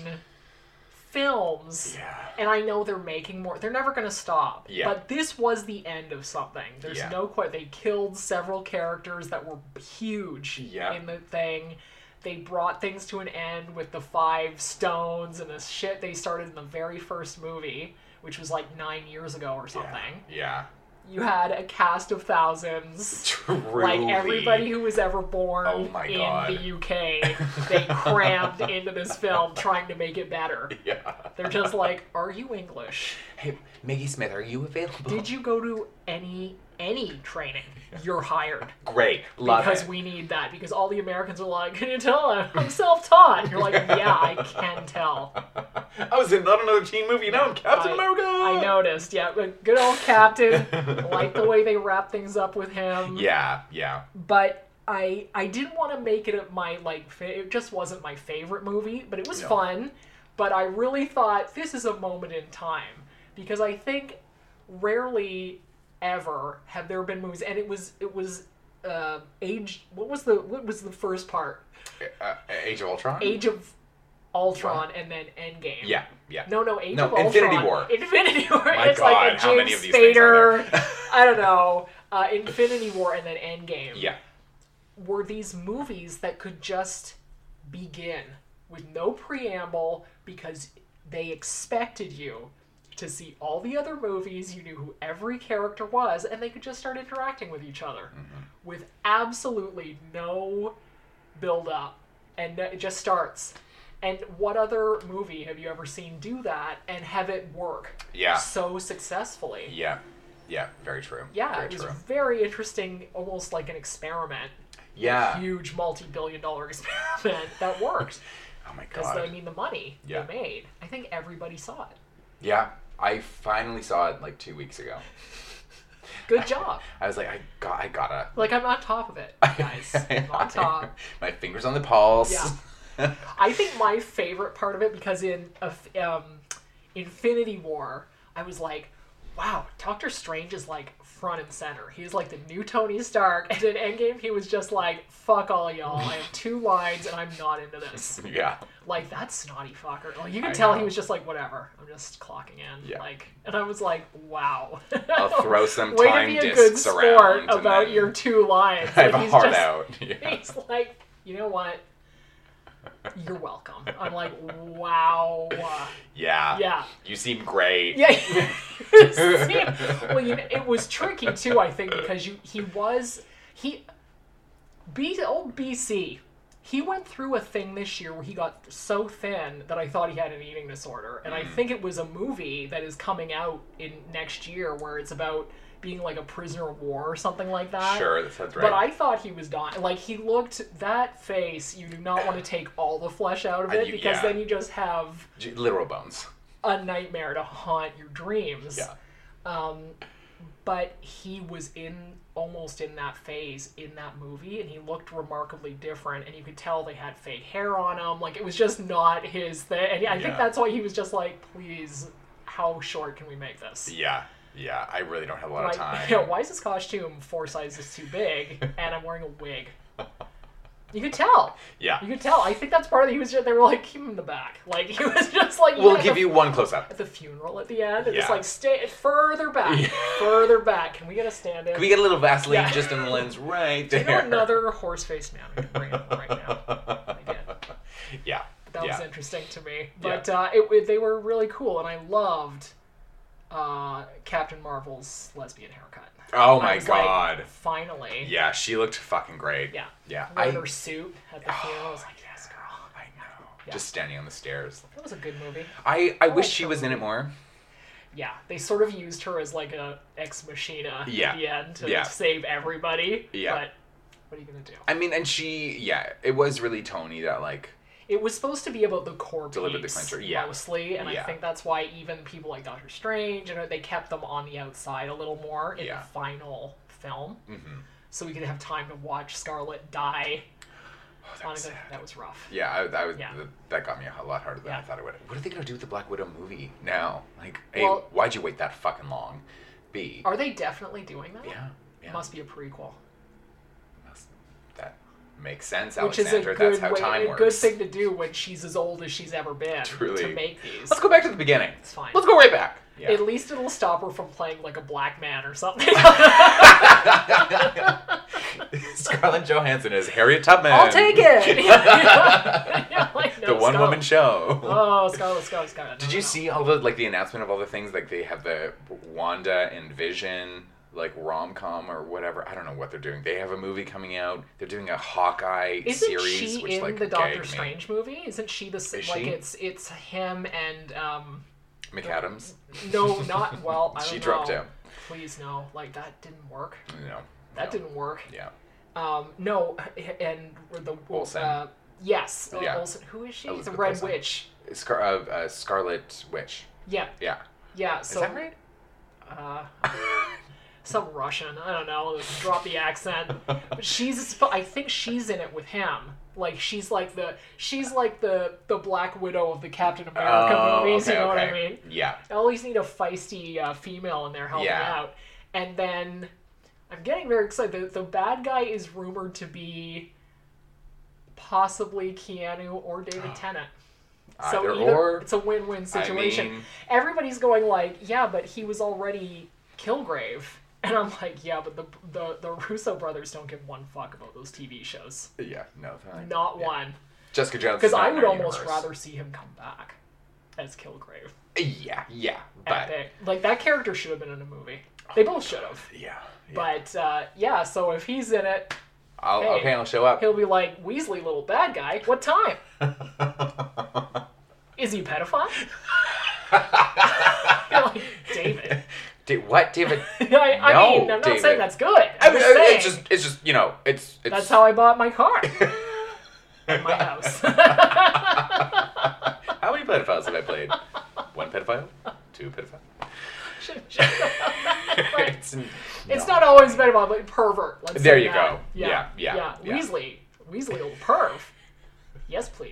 A: films. And I know they're making more. They're never going to stop.
B: Yeah.
A: But this was the end of something. There's
B: Yeah.
A: no quite. They killed several characters that were huge
B: Yeah.
A: in the thing. They brought things to an end with the five stones and the shit they started in the very first movie, which was like nine years ago or something
B: Yeah.
A: you had a cast of thousands. Like
B: Truly.
A: everybody who was ever born
B: Oh my
A: in
B: God.
A: the
B: [LAUGHS]
A: UK, they crammed into this film trying to make it better.
B: Yeah.
A: They're just like, are you English?
B: Hey, Maggie Smith, are you available?
A: Did you go to any any training, you're hired.
B: [LAUGHS] Great. Love
A: because
B: it.
A: we need that. Because all the Americans are like, can you tell I'm, I'm self-taught? And you're
B: [LAUGHS]
A: like, yeah, I can tell.
B: [LAUGHS] I was in not another teen movie. Now I'm Captain
A: I,
B: America.
A: I noticed. Yeah, but good old Captain. like the way they wrap things up with him.
B: Yeah, yeah.
A: But I I didn't want to make it my like fa- it just wasn't my favorite movie, but it was
B: No.
A: fun. But I really thought this is a moment in time because I think rarely ever have there been movies, and it was it was uh, age. What was the what was the first part?
B: Uh, Age of Ultron.
A: Age of Ultron, and then Endgame.
B: Yeah, yeah.
A: No, no, Age
B: No,
A: of
B: Infinity
A: Ultron.
B: War.
A: Infinity War.
B: My
A: it's like a
B: God,
A: James
B: how many of these things are
A: Spader.
B: [LAUGHS]
A: I don't know. Uh, Infinity War and then Endgame
B: Yeah.
A: were these movies that could just begin with no preamble because they expected you to see all the other movies, you knew who every character was, and they could just start interacting with each other
B: Mm-hmm.
A: with absolutely no build up. And it just starts. And what other movie have you ever seen do that and have it work
B: Yeah.
A: so successfully?
B: Yeah. Yeah. Very true.
A: Yeah,
B: Very
A: it was
B: true.
A: very interesting, almost like an experiment.
B: Yeah.
A: A huge multi-billion dollar [LAUGHS] experiment that worked.
B: oh my
A: Because
B: god.
A: I mean, the money
B: Yeah.
A: they made. I think everybody saw it.
B: Yeah. I finally saw it like two weeks ago.
A: Good job.
B: I was like, I got, I
A: [LAUGHS]
B: gotta.
A: like I'm on top of it, guys. I'm on top.
B: [LAUGHS] My fingers on the pulse.
A: Yeah. I think my favorite part of it because in a f- um, Infinity War, I was like, wow, Doctor Strange is like front and center. He's like the new Tony Stark. [LAUGHS] And in Endgame, he was just like, fuck all y'all. I have two lines and I'm not into this.
B: [LAUGHS] Yeah.
A: Like that snotty fucker. Like you can
B: I
A: tell
B: know.
A: he was just like, whatever. I'm just clocking in.
B: Yeah.
A: Like, and I was like, wow. [LAUGHS]
B: I'll throw some
A: Way
B: time
A: to be a good
B: discs
A: sport
B: around and
A: about
B: then
A: your two lines.
B: I
A: Like,
B: have a
A: he's
B: heart
A: just-
B: out. [LAUGHS]
A: [LAUGHS]
B: Yeah.
A: He's like, you know what? You're welcome. I'm like, wow.
B: Yeah.
A: Yeah.
B: You seem great.
A: Yeah.
B: [LAUGHS]
A: See, well, you know, it was tricky too, I think, because you he was he B old BC. He went through a thing this year where he got so thin that I thought he had an eating disorder, and I
B: Mm.
A: think it was a movie that is coming out in next year where it's about being like a prisoner of war or something like that.
B: Sure, that sounds right.
A: But I thought he was dying. Like he looked that face. You do not want to take all the flesh out of
B: And
A: it
B: you-
A: because
B: yeah.
A: then you just have
B: J- Literal bones.
A: a nightmare to haunt your dreams.
B: Yeah.
A: Um, but he was in almost in that phase in that movie, and he looked remarkably different, and you could tell they had fake hair on him. Like it was just not his thing, and I
B: Yeah.
A: think that's why he was just like, "Please, how short can we make this?"
B: Yeah. Yeah. I really don't have a lot
A: Like,
B: of time.
A: yeah, [LAUGHS] why is this costume four sizes too big,
B: [LAUGHS]
A: and I'm wearing a wig? You could tell.
B: Yeah.
A: You could tell. I think that's part of the. He was just, they were like, keep him in the back. Like he [LAUGHS] was just like.
B: We'll
A: yeah,
B: give
A: the-
B: you one close up.
A: at the funeral at the end. It was
B: Yeah.
A: like stay further
B: [LAUGHS]
A: back,
B: Yeah.
A: further back. Can we get a stand in?
B: Can we get a little Vaseline
A: Yeah.
B: just in
A: [LAUGHS]
B: the lens right
A: Do
B: there?
A: you know another horse face man we can bring up right now?
B: [LAUGHS] Yeah.
A: That
B: yeah.
A: was interesting to me.
B: Yeah.
A: But uh, it, it- they were really cool, and I loved uh, Captain Marvel's lesbian haircut.
B: Oh
A: I
B: my
A: was like,
B: God.
A: finally.
B: Yeah, she looked fucking great.
A: Yeah.
B: Yeah.
A: Wore
B: I
A: her suit at
B: [SIGHS]
A: the funeral. I was like, yes, girl. I know.
B: just standing on the stairs.
A: That was a good movie.
B: I, I wish
A: liked
B: she
A: her
B: was in it
A: movie.
B: more.
A: Yeah, they sort of used her as like a ex machina
B: Yeah.
A: at the end to
B: Yeah.
A: save everybody.
B: Yeah.
A: But what are you gonna do?
B: I mean, and she, yeah, it was really Tony that like
A: It was supposed to be about the core
B: Delivered the
A: beats
B: clincher, yeah.
A: mostly, and
B: Yeah.
A: I think that's why even people like Doctor Strange, you know, they kept them on the outside a little more in
B: Yeah.
A: the final film,
B: Mhm.
A: so we could have time to watch Scarlet die.
B: oh,
A: that, was that was rough.
B: Yeah, I, I was,
A: Yeah.
B: th- that got me a lot harder than I thought it would. What are they gonna do with the Black Widow movie now? Like, a,
A: Well-
B: why'd you wait that fucking long? B,
A: Are they definitely doing that?
B: Yeah,
A: Must be a prequel,
B: that makes sense,
A: which is a
B: Alexander.
A: good
B: That's how
A: way,
B: time
A: a
B: works.
A: good thing to do when she's as old as she's ever been
B: Truly.
A: to make these.
B: Let's go back to the beginning.
A: It's fine.
B: Let's go right back. Yeah.
A: At least it'll stop her from playing like a black man or something.
B: [LAUGHS]
A: [LAUGHS]
B: Scarlett Johansson is Harriet Tubman.
A: I'll take it. Yeah, like,
B: the
A: no,
B: one woman
A: Scarlett.
B: show.
A: Oh, Scarlet, Scarlet, Scarlet.
B: Did you see all the like the announcement of all the things like they have the Wanda and Vision like rom com or whatever? I don't know what they're doing. They have a movie coming out. They're doing a Hawkeye
A: Isn't
B: series,
A: she
B: which
A: in
B: like
A: the
B: gagged
A: Doctor
B: me.
A: Strange movie? Isn't she the s-
B: Is
A: like
B: she?
A: it's it's him and um
B: McAdams.
A: no not well I don't
B: [LAUGHS] She
A: know.
B: dropped out.
A: please no. Like that didn't work.
B: No.
A: That didn't work.
B: Yeah.
A: Um, no, and the
B: Olsen.
A: Uh, yes, uh,
B: Yeah.
A: Olsen. Who is she? The
B: Elizabeth
A: Red
B: Olsen.
A: Witch.
B: Scar- uh, uh, Scarlet Witch.
A: Yeah.
B: Yeah.
A: Yeah.
B: Is
A: So
B: that right?
A: Uh, some Russian. I don't know. Just drop the
B: [LAUGHS]
A: accent. But she's. I think she's in it with him. Like she's like the she's like the the Black Widow of the Captain America
B: Oh,
A: movies.
B: okay,
A: you know what I
B: okay.
A: mean?
B: Yeah.
A: I always need a feisty uh, female in there helping
B: Yeah.
A: out. And then I'm getting very excited. The, the bad guy is rumored to be possibly Keanu or
B: [GASPS]
A: David Tennant. So
B: Either
A: either,
B: or.
A: it's a win-win
B: I
A: situation.
B: mean-
A: Everybody's going like, yeah, but he was already Kilgrave. [LAUGHS] And I'm like, yeah, but the, the the Russo brothers don't give one fuck about those TV shows.
B: Yeah. No. they're like-
A: Not
B: yeah.
A: one.
B: Jessica Jones.
A: Because
B: is not
A: I
B: in
A: would
B: our
A: almost
B: universe.
A: rather see him come back as Kilgrave.
B: Yeah. Yeah. But
A: Epic. Like that character should have been in a movie. They both should have.
B: Yeah.
A: But uh, yeah, so if he's in it,
B: I'll,
A: hey,
B: okay, I'll show up.
A: He'll be like Weasley, little bad guy. What
B: [LAUGHS]
A: time? Is he a pedophile? You're like
B: [LAUGHS]
A: David.
B: Da- what, David?
A: I, I
B: No,
A: mean, [LAUGHS] I'm not
B: David.
A: saying that's good. I'm
B: I mean,
A: just saying
B: it's just, it's just, you know, it's, it's.
A: that's how I bought my
B: [LAUGHS]
A: car. At my house. [LAUGHS]
B: [LAUGHS] How many pedophiles have I played? One pedophile, two pedophile.
A: Shut- shut up. Like,
B: It's n-
A: It's not always been about like pervert. Let's
B: There
A: say
B: you
A: that.
B: go. Yeah, yeah, yeah.
A: Weasley, Weasley, old perv. Yes,
B: [LAUGHS]
A: please.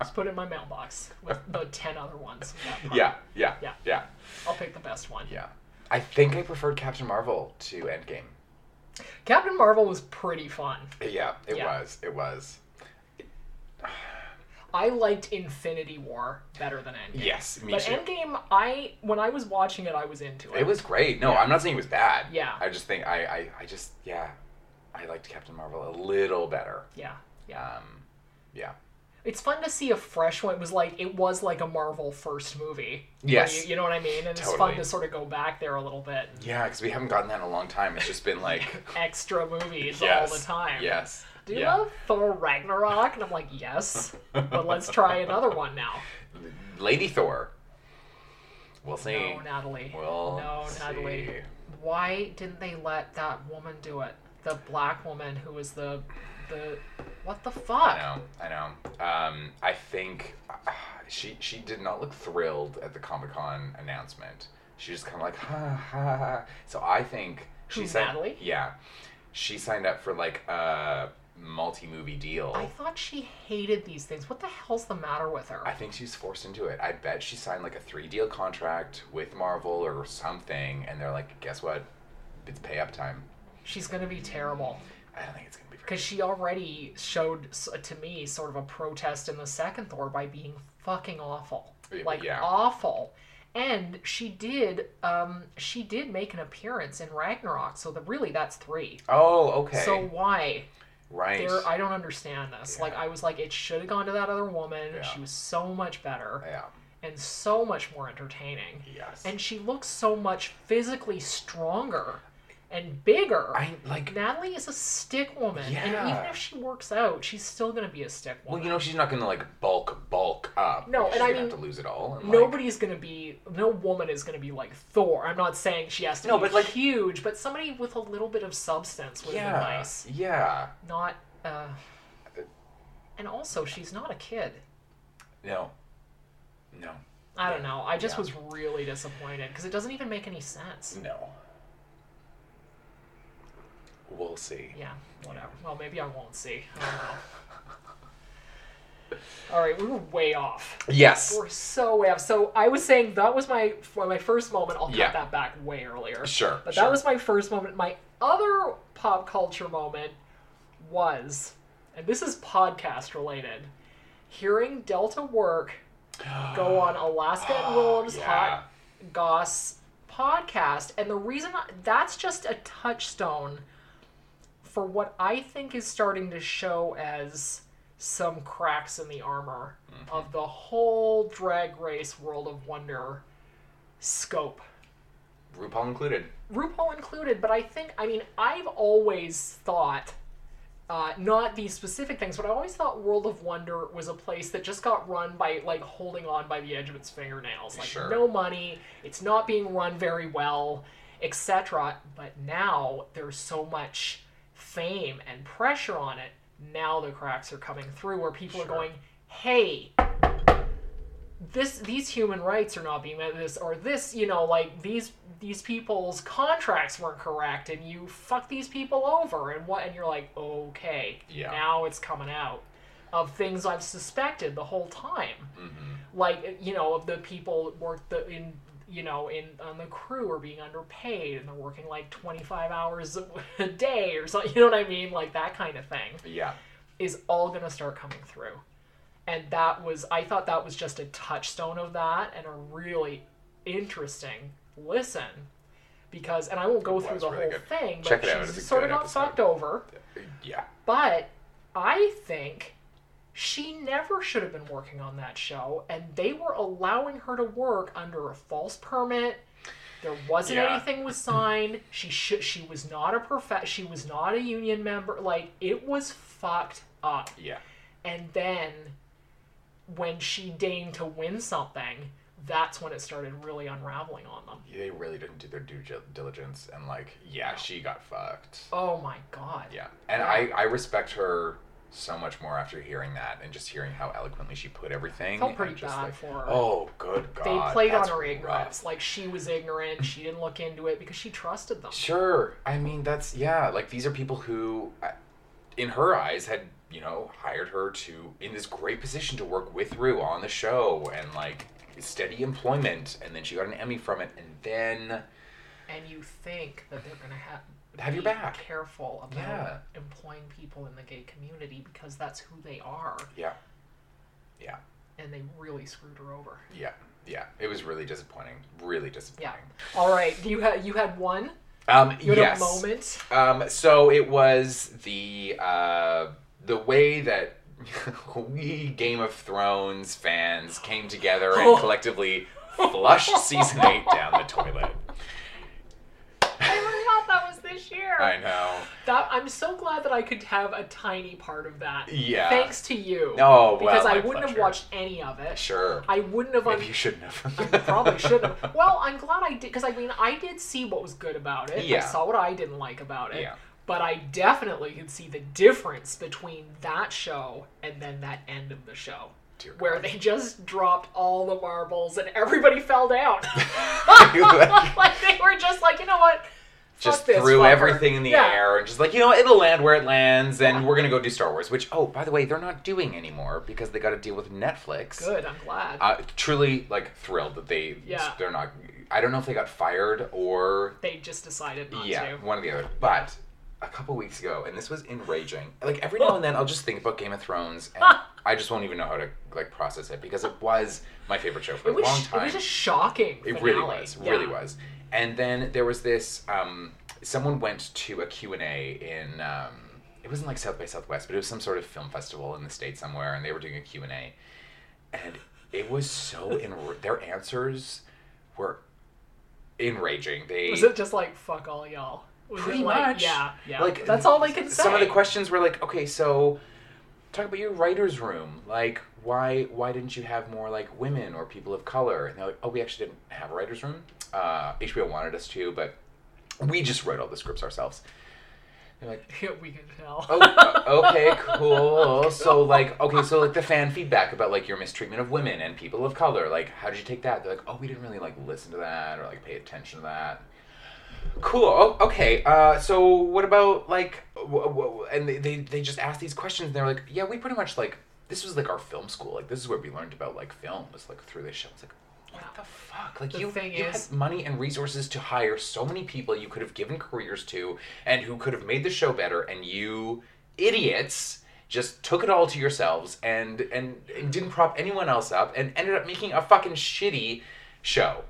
A: Just put it in my mailbox with the ten other ones. of that part.
B: [LAUGHS] Yeah, yeah,
A: Yeah.
B: yeah, yeah.
A: I'll pick the best one.
B: Yeah. I think I preferred Captain Marvel to Endgame.
A: Captain Marvel was pretty fun.
B: Yeah, it
A: Yeah.
B: was. It was.
A: I liked Infinity War better than Endgame.
B: Yes, me
A: but
B: too.
A: Endgame, I when I was watching it, I was into it.
B: It was great. No,
A: Yeah.
B: I'm not saying it was bad.
A: Yeah.
B: I just think I, I, I just yeah, I liked Captain Marvel a little better.
A: Yeah, yeah.
B: Um, yeah.
A: It's fun to see a fresh one. It was like it was like a Marvel first movie. where
B: Yes.
A: you, you know what I mean. And it's fun
B: Totally.
A: to sort of go back there a little bit.
B: Yeah, because we haven't gotten that in a long time. It's
A: [LAUGHS]
B: just been like
A: Extra movies all the
B: Yes,
A: time.
B: yes,
A: Do you
B: yeah.
A: love Thor Ragnarok? And I'm like, yes. But let's try another one
B: [LAUGHS]
A: now.
B: Lady Thor. We'll see.
A: No, Natalie.
B: We'll
A: no,
B: see.
A: Natalie. Why didn't they let that woman do it? The black woman who was the the what the fuck?
B: I know. I know. Um, I think uh, she she did not look thrilled at the Comic Con announcement. She just kind of like ha ha. ha. So I think she
A: Who,
B: signed.
A: Natalie?
B: Yeah, she signed up for like a multi movie deal.
A: I thought she hated these things. What the hell's the matter with her?
B: I think she's forced into it. I bet she signed like a three deal contract with Marvel or something, and they're like, guess what? It's pay up time.
A: She's gonna be terrible.
B: I don't think it's gonna be.
A: Because she already showed s- to me sort of a protest in the second Thor by being fucking awful,
B: Yeah,
A: like
B: yeah.
A: awful. And she did, um, she did make an appearance in Ragnarok. So the, really, that's three.
B: Oh, okay.
A: So why?
B: right.
A: There, I don't understand this. Like, I was like, it should have gone to that other woman.
B: Yeah.
A: She was so much better
B: yeah.
A: and so much more entertaining.
B: Yes.
A: And she looks so much physically stronger and bigger.
B: I, like-
A: Natalie is a stick woman, and even
B: Yeah.
A: if she works out, she's still gonna be a stick woman.
B: Well, you know, she's not gonna like bulk bulk up.
A: No,
B: she's
A: and I
B: gonna
A: mean,
B: have to lose it all. and, like-
A: Nobody's gonna be no woman is gonna be like Thor. I'm not saying she has to
B: No,
A: be
B: but, like-
A: huge, but somebody with a little bit of substance would have
B: yeah,
A: been nice.
B: yeah.
A: Not uh and also she's not a kid.
B: No, no,
A: I don't know. I just
B: Yeah.
A: was really disappointed because it doesn't even make any sense.
B: no. We'll see.
A: Yeah, whatever. Well, maybe I won't see. I don't
B: [LAUGHS]
A: know. All right, we were way off.
B: Yes.
A: We're so way off. So I was saying that was my for my first moment. I'll cut
B: Yeah.
A: that back way earlier.
B: Sure,
A: But that
B: sure.
A: was my first moment. My other pop culture moment was, and this is podcast related, hearing Delta work go
B: [GASPS]
A: on Alaska and Willem's
B: Yeah.
A: Hot Goss podcast. And the reason I- that's just a touchstone for what I think is starting to show as some cracks in the armor
B: Mm-hmm.
A: of the whole drag race world of wonder scope.
B: RuPaul included.
A: RuPaul included, but I think, I mean, I've always thought Uh, not these specific things, but I always thought World of Wonder was a place that just got run by like holding on by the edge of its fingernails. Like
B: Sure.
A: no money, it's not being run very well, etc. But now there's so much fame and pressure on it. Now the cracks are coming through where people are going, "Hey, this these human rights are not being met this or this you know like these these people's contracts weren't correct and you fuck these people over and what and you're like okay
B: Yeah.
A: now it's coming out of things i've suspected the whole time like you know of the people that work the in you know in on the crew are being underpaid and they're working like 25 hours a- a [LAUGHS] day or something you know what i mean like that kind of thing
B: Yeah.
A: is all going to start coming through. And that was, I thought that was just a touchstone of that and a really interesting listen. Because, and I won't go
B: It
A: through
B: was
A: the
B: really
A: whole
B: good.
A: thing, but
B: Check it out, it's a
A: she's sort of
B: good
A: got
B: episode.
A: fucked over.
B: Yeah.
A: But I think she never should have been working on that show, and they were allowing her to work under a false permit. There wasn't
B: Yeah.
A: anything was signed. She should. She was not a prof. She was not a union member. Like it was fucked up.
B: Yeah.
A: And then when she deigned to win something, that's when it started really unraveling on them.
B: They really didn't do their due gil- diligence, and like, yeah, she got fucked.
A: Oh my god.
B: Yeah. And I, I respect her so much more after hearing that and just hearing how eloquently she put everything.
A: Felt
B: and
A: pretty
B: just
A: bad
B: like,
A: for her.
B: Oh, good God.
A: they played on
B: that's
A: her
B: rough.
A: ignorance. Like she was ignorant. She didn't look into it because she trusted them.
B: Sure. I mean, that's, yeah, like these are people who, I- in her eyes, had, you know, hired her to, in this great position to work with Rue on the show and like steady employment. And then she got an Emmy from it. And then,
A: And you think that they're gonna have
B: Have your
A: be
B: back.
A: Careful about
B: Yeah.
A: employing people in the gay community because that's who they are,
B: yeah. Yeah.
A: and they really screwed her over.
B: Yeah. Yeah. It was really disappointing. Really disappointing.
A: Yeah. All right. You had you had one.
B: Um,
A: You had
B: yes.
A: a moment.
B: Um, so it was the uh, the way that [LAUGHS] we Game of Thrones fans came together and
A: Oh.
B: collectively flushed season eight down the toilet.
A: I forgot that was this year.
B: I know.
A: That I'm so glad that I could have a tiny part of that.
B: Yeah.
A: Thanks to you.
B: Oh, well,
A: Because I
B: my
A: wouldn't have
B: pleasure.
A: watched any of it.
B: Sure.
A: I wouldn't have.
B: Maybe you shouldn't have. [LAUGHS]
A: probably should have. Well, I'm glad I did because I mean I did see what was good about it. I
B: Yeah.
A: saw what I didn't like about it.
B: Yeah.
A: But I definitely could see the difference between that show and then that end of the show. Where they just dropped all the marbles and everybody [LAUGHS] fell
B: [LAUGHS]
A: down. like they were just like, you know what?
B: just
A: Fuck this
B: threw
A: fucker.
B: everything in the
A: Yeah.
B: air and just like you know it'll land where it lands and we're gonna go do Star Wars, which oh by the way they're not doing anymore because they got to deal with Netflix.
A: Good, I'm glad.
B: Uh, truly like thrilled that they
A: Yeah.
B: they're not. I don't know if they got fired or
A: they just decided not
B: yeah,
A: to.
B: one or the other. But a couple weeks ago, and this was enraging. Like every now and then, I'll just think about Game of Thrones,
A: [LAUGHS]
B: and I just won't even know how to like process it because it was my favorite show for
A: It was
B: a long
A: it
B: time.
A: was a shocking.
B: It really
A: finale.
B: was,
A: Yeah.
B: really was. And then there was this. Um, someone went to a Q and A in. Um, it wasn't like South by Southwest, but it was some sort of film festival in the state somewhere, and they were doing a Q and A, and it was so enra- their answers were enraging. They
A: Was it just like fuck all y'all? Was it
B: pretty
A: like-
B: much
A: Yeah, yeah.
B: Like
A: that's all they can say.
B: Some of the questions were like, okay, so talk about your writer's room. Like, why why didn't you have more like women or people of color? And they're like, oh, we actually didn't have a writer's room. Uh, HBO wanted us to, but we just wrote all the scripts ourselves. They're like,
A: [LAUGHS] we can tell.
B: oh, uh, okay, cool. So like, okay, so like the fan feedback about like your mistreatment of women and people of color. Like, how did you take that? They're like, oh, we didn't really like listen to that or like pay attention to that. Cool. Oh, okay. Uh, so what about like, w- w- and they, they they just asked these questions. and They're like, yeah, we pretty much like this was like our film school. Like this is where we learned about like film was like through this show. It's like what the fuck? Like
A: The
B: you,
A: thing
B: you
A: is-
B: had money and resources to hire so many people you could have given careers to, and who could have made the show better, and you idiots just took it all to yourselves and and, and didn't prop anyone else up, and ended up making a fucking shitty show.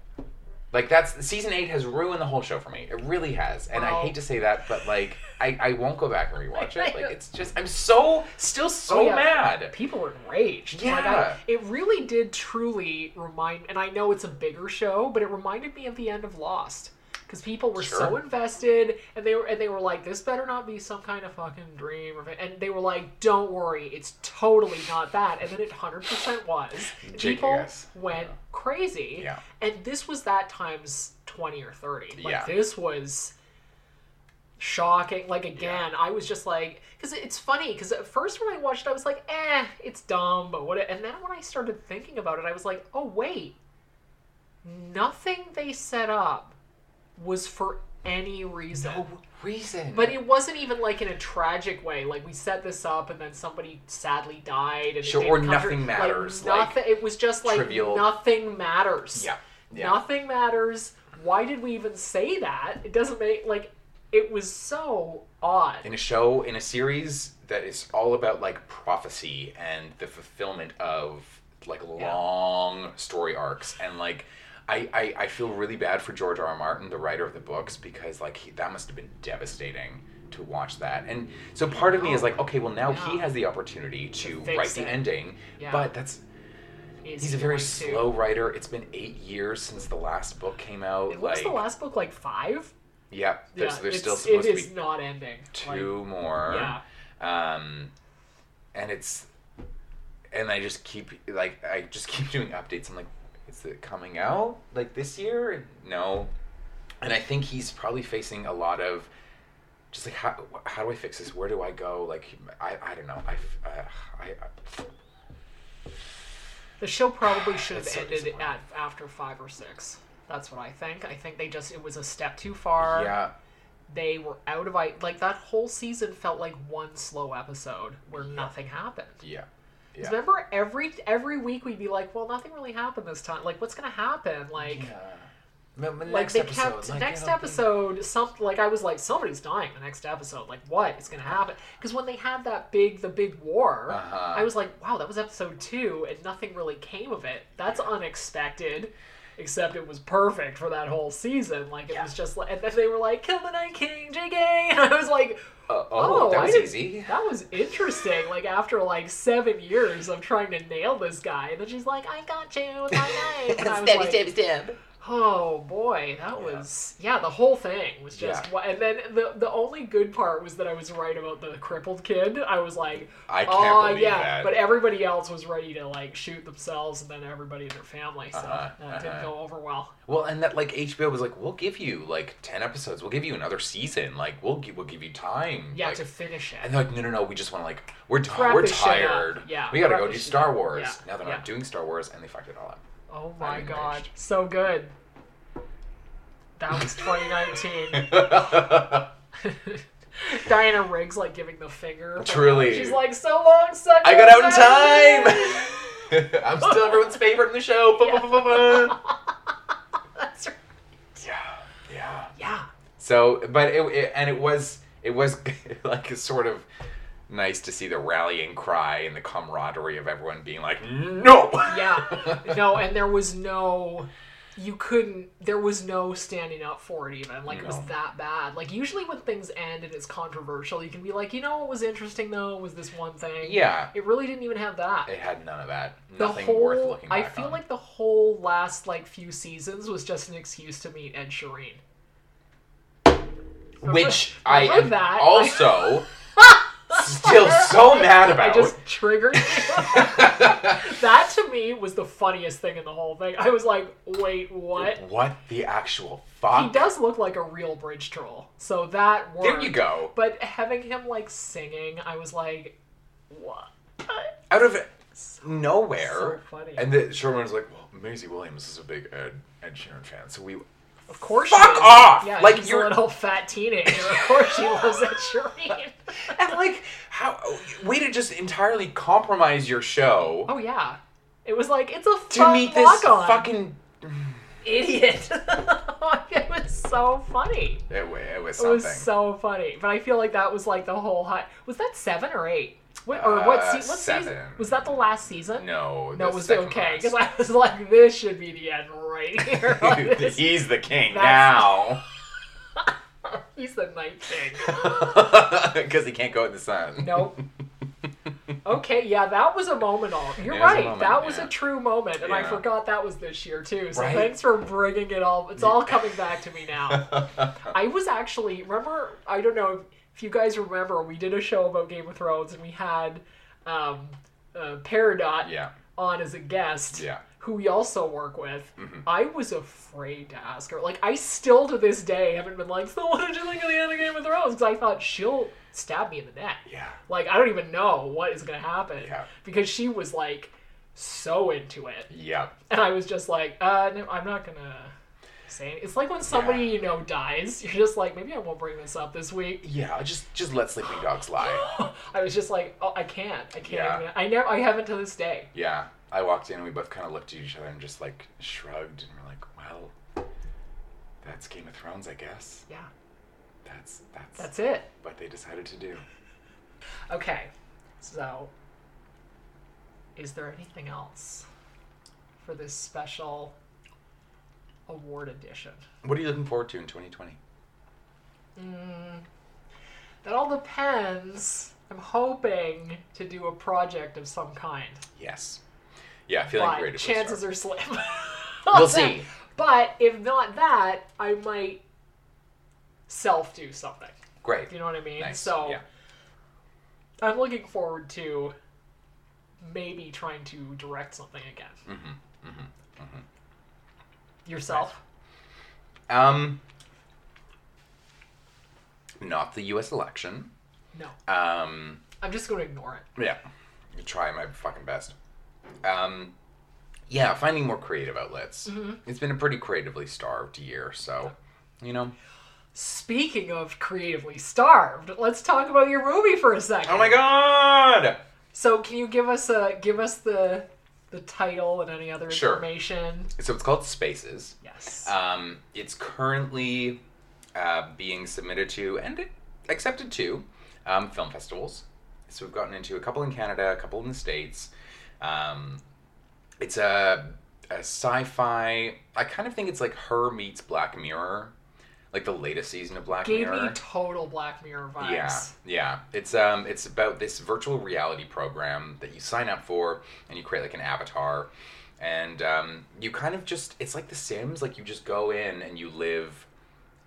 B: Like that's season eight has ruined the whole show for me. It really has, and I
A: Wow.
B: hate to say that, but like I, I won't go back and
A: [LAUGHS]
B: rewatch it. Like it's just I'm so still so
A: Oh, yeah.
B: mad.
A: People are enraged. Like, I-
B: Yeah.
A: it really did truly remind, and I know it's a bigger show, but it reminded me of the end of Lost. because people were so
B: Sure.
A: invested, and they were and they were like, "This better not be some kind of fucking dream," or, and they were like, "Don't worry, it's totally not that." And then it hundred percent was. And People
B: JKS.
A: went crazy,
B: Yeah.
A: and this was that times twenty or thirty. Like
B: Yeah.
A: this was shocking. Like again, I was just like, because it's funny. Because at first when I watched, it, I was like, eh, it's dumb, but what? And then when I started thinking about it, I was like, oh wait, nothing they set up was for any reason. No
B: reason.
A: But it wasn't even like in a tragic way. Like we set this up, and then somebody sadly died, and
B: Sure,
A: it
B: or
A: didn't come true.
B: nothing matters,
A: Like,
B: like,
A: nothing. it was just like
B: trivial-
A: nothing matters.
B: Yeah, yeah.
A: Nothing matters. Why did we even say that? It doesn't make like it was so odd.
B: in a show in a series that is all about like prophecy and the fulfillment of like long story arcs and like I, I, I feel really bad for George R. R. Martin, the writer of the books, because like he, that must have been devastating to watch that. And so part of me is like, okay, well now he has the opportunity to
A: Oh. fix
B: write the
A: it.
B: ending,
A: Yeah.
B: but that's
A: Is
B: he's a
A: he
B: very
A: going to-
B: slow writer. It's been eight years since the last book came out.
A: What
B: like,
A: was the last book like five?
B: yeah, there's,
A: yeah,
B: there's still
A: it's- it
B: supposed to
A: is
B: be
A: not ending.
B: two
A: Like,
B: more.
A: Yeah.
B: Um, and it's, and I just keep like I just [LAUGHS] keep doing updates. I'm like, is it coming out like this year? No. And I think he's probably facing a lot of, just like how how do I fix this? Where do I go? Like I I don't know. I f- uh, I, I
A: The show probably should have
B: That's so
A: ended at after five or six. That's what I think. I think they just it was a step too far.
B: yeah.
A: They were out of i- like that whole season felt like one slow episode where nothing happened.
B: Yeah.
A: 'Cause
B: Yeah.
A: Remember every every week we'd be like, well, nothing really happened this time. Like, what's gonna happen? Like, like they kept next episode something like I was like somebody's dying the next episode like what is gonna happen because when they had that big the big war
B: Uh-huh.
A: I was like wow that was episode two and nothing really came of it that's unexpected except it was perfect for that whole season like it was just like and then they were like kill the Night King JK [LAUGHS] and I was like
B: Uh, oh, that
A: I
B: was
A: didn't-
B: easy.
A: that was interesting like after like seven years of trying to nail this guy and then she's like I got you
M: [LAUGHS]
A: with my knife and I was
M: Stabby,
A: like,
M: stabby, stab.
A: Oh boy, that was yeah. The whole thing was just
B: Yeah.
A: wha- and then the the only good part was that I was right about the crippled kid. I was like,
B: I can't
A: "Aw,
B: believe
A: yeah,
B: that.
A: but everybody else was ready to like shoot themselves and then everybody in their family. So
B: Uh-huh,
A: that didn't
B: uh-huh.
A: go over well.
B: Well, and that like HBO was like, we'll give you like ten episodes. We'll give you another season. Like we'll give, we'll give you time.
A: Yeah,
B: like,
A: to finish it.
B: And they're like, no, no, no. We just want to like we're t-
A: Wrap
B: we're
A: this shit up.
B: tired.
A: Yeah,
B: we gotta
A: wrap
B: go
A: this
B: do
A: shit
B: Star
A: up.
B: Wars.
A: Yeah,
B: Now they're
A: yeah.
B: not doing Star Wars, and they fucked it
A: [LAUGHS]
B: all up.
A: Oh my god, so good. That was 2019. [LAUGHS] Diana Riggs like giving the finger.
B: Truly.
A: she's like, "So long, sucker."
B: I got out
A: so long."
B: [LAUGHS] in time. I'm still everyone's favorite in the show. Ba- ba- ba- ba- ba.
A: [LAUGHS] That's right.
B: Yeah.
A: Yeah.
B: So, but it, it and it was it was [LAUGHS] like sort of nice to see the rallying cry and the camaraderie of everyone being like, no. [LAUGHS]
A: yeah. No, and there was no you couldn't there was no standing up for it even. Like it was
B: No.
A: that bad. Like usually when things end and it's controversial, you can be like, you know what was interesting though was this one thing.
B: Yeah.
A: It really didn't even have that.
B: It had none of that.
A: the
B: Nothing
A: whole,
B: worth looking
A: I
B: back
A: feel
B: on.
A: like the whole last like few seasons was just an excuse to meet Ed Sheeran.
B: Which I
A: Remember
B: am
A: that? [LAUGHS]
B: also still so mad about.
A: I just triggered you. [LAUGHS] that to me was the funniest thing in the whole thing. I was like, wait, what?
B: What the actual
A: He
B: fuck?
A: does look like a real bridge troll, so that worked.
B: There you go.
A: But having him like singing, I was like, what?
B: Out of
A: so
B: nowhere.
A: funny.
B: And the Sherman was like, well, Maisie Williams is a big Ed, Ed Sheeran fan, so we. [LAUGHS]
A: Of course,
B: Fuck
A: she is.
B: off!
A: Yeah,
B: Like,
A: he's
B: you're-
A: a little fat teenager. Of course, she loves that
B: [LAUGHS]
A: Shireen.
B: and like, how way to just entirely compromise your show
A: Oh yeah, it was like it's a
B: to
A: fun
B: meet this
A: walk-on.
B: fucking.
A: idiot. [LAUGHS] it was so funny.
B: It, wa- it was
A: It
B: something.
A: was so funny. But I feel like that was like the whole hot. Was that seven or eight? What, or what,
B: Uh,
A: se- what season?
B: seven.
A: Was that the last season?
B: No,
A: No,
B: the
A: it was
B: second
A: okay. [LAUGHS]
B: last.
A: Because I was like, this should be the end
B: [LAUGHS]
A: right here. Like, this-
B: He's the king
A: That's-
B: now.
A: He's the night king.
B: [LAUGHS] Because he can't go in the sun.
A: Nope. okay, yeah, that was a moment off. You're
B: It was a
A: right.
B: moment,
A: that was
B: yeah.
A: a true moment, and I
B: Yeah.
A: forgot that was this year too. So
B: Right?
A: thanks for bringing it all. It's all coming back to me
B: [LAUGHS]
A: now. I was actually remember. I don't know if, if you guys remember. We did a show about Game of Thrones, and we had um, uh, Peridot
B: [LAUGHS] Yeah.
A: on as a guest.
B: Yeah. Mm-hmm.
A: Who we also work with. I was afraid to ask her. Like, I still to this day haven't been like, so what did you think of the end of Game of Thrones? Because I thought she'll stab me in the neck.
B: Yeah.
A: Like, I don't even know what is going to happen. Yeah. Because she was like so into it.
B: Yep.
A: [LAUGHS] And I was just like, uh, no, I'm not gonna say it. It's like when somebody you know dies, you're just like, maybe I won't bring this up this week.
B: Yeah, just just let sleeping
A: [LAUGHS]
B: dogs lie.
A: I was just like, oh, I can't, I can't.
B: Yeah.
A: even- I never, I haven't to this day.
B: Yeah. I walked in and we both kind of looked at each other and just like shrugged and we're like, well, that's Game of Thrones, I guess.
A: Yeah.
B: That's that's
A: That's it.
B: What they decided to do.
A: Okay, so is there anything else for this special award edition?
B: What are you looking forward to in 2020?
A: Mm, that all depends. I'm hoping to do a project of some kind.
B: Yes. Yeah, feeling
A: but
B: creatively
A: chances
B: starved.
A: are slim. [LAUGHS]
B: We'll see.
A: But if not that, I might self do something.
B: Great.
A: You know what I mean?
B: Nice.
A: So
B: yeah.
A: I'm looking forward to maybe trying to direct something again.
B: Mm-hmm. Mm-hmm. Mm-hmm.
A: Yourself?
B: Um, not the U.S. election.
A: No.
B: Um,
A: I'm just going to ignore it.
B: yeah, I try my fucking best. Um, yeah, finding more creative outlets.
A: Mhm.
B: It's been a pretty creatively starved year, so you know.
A: Speaking of creatively starved, let's talk about your movie for a second.
B: Oh my god!
A: So can you give us a give us the the title and any other
B: Sure.
A: information?
B: So it's called Spaces.
A: Yes.
B: Um, it's currently uh, being submitted to and accepted to um, film festivals. So we've gotten into a couple in Canada, a couple in the States. Um, it's a, a sci fi. I kind of think it's like her meets Black Mirror, like the latest season of Black
A: Gave
B: Mirror.
A: me total Black Mirror vibes.
B: Yeah, yeah. It's um, it's about this virtual reality program that you sign up for, and you create like an avatar, and um, you kind of just it's like The Sims. Like you just go in and you live,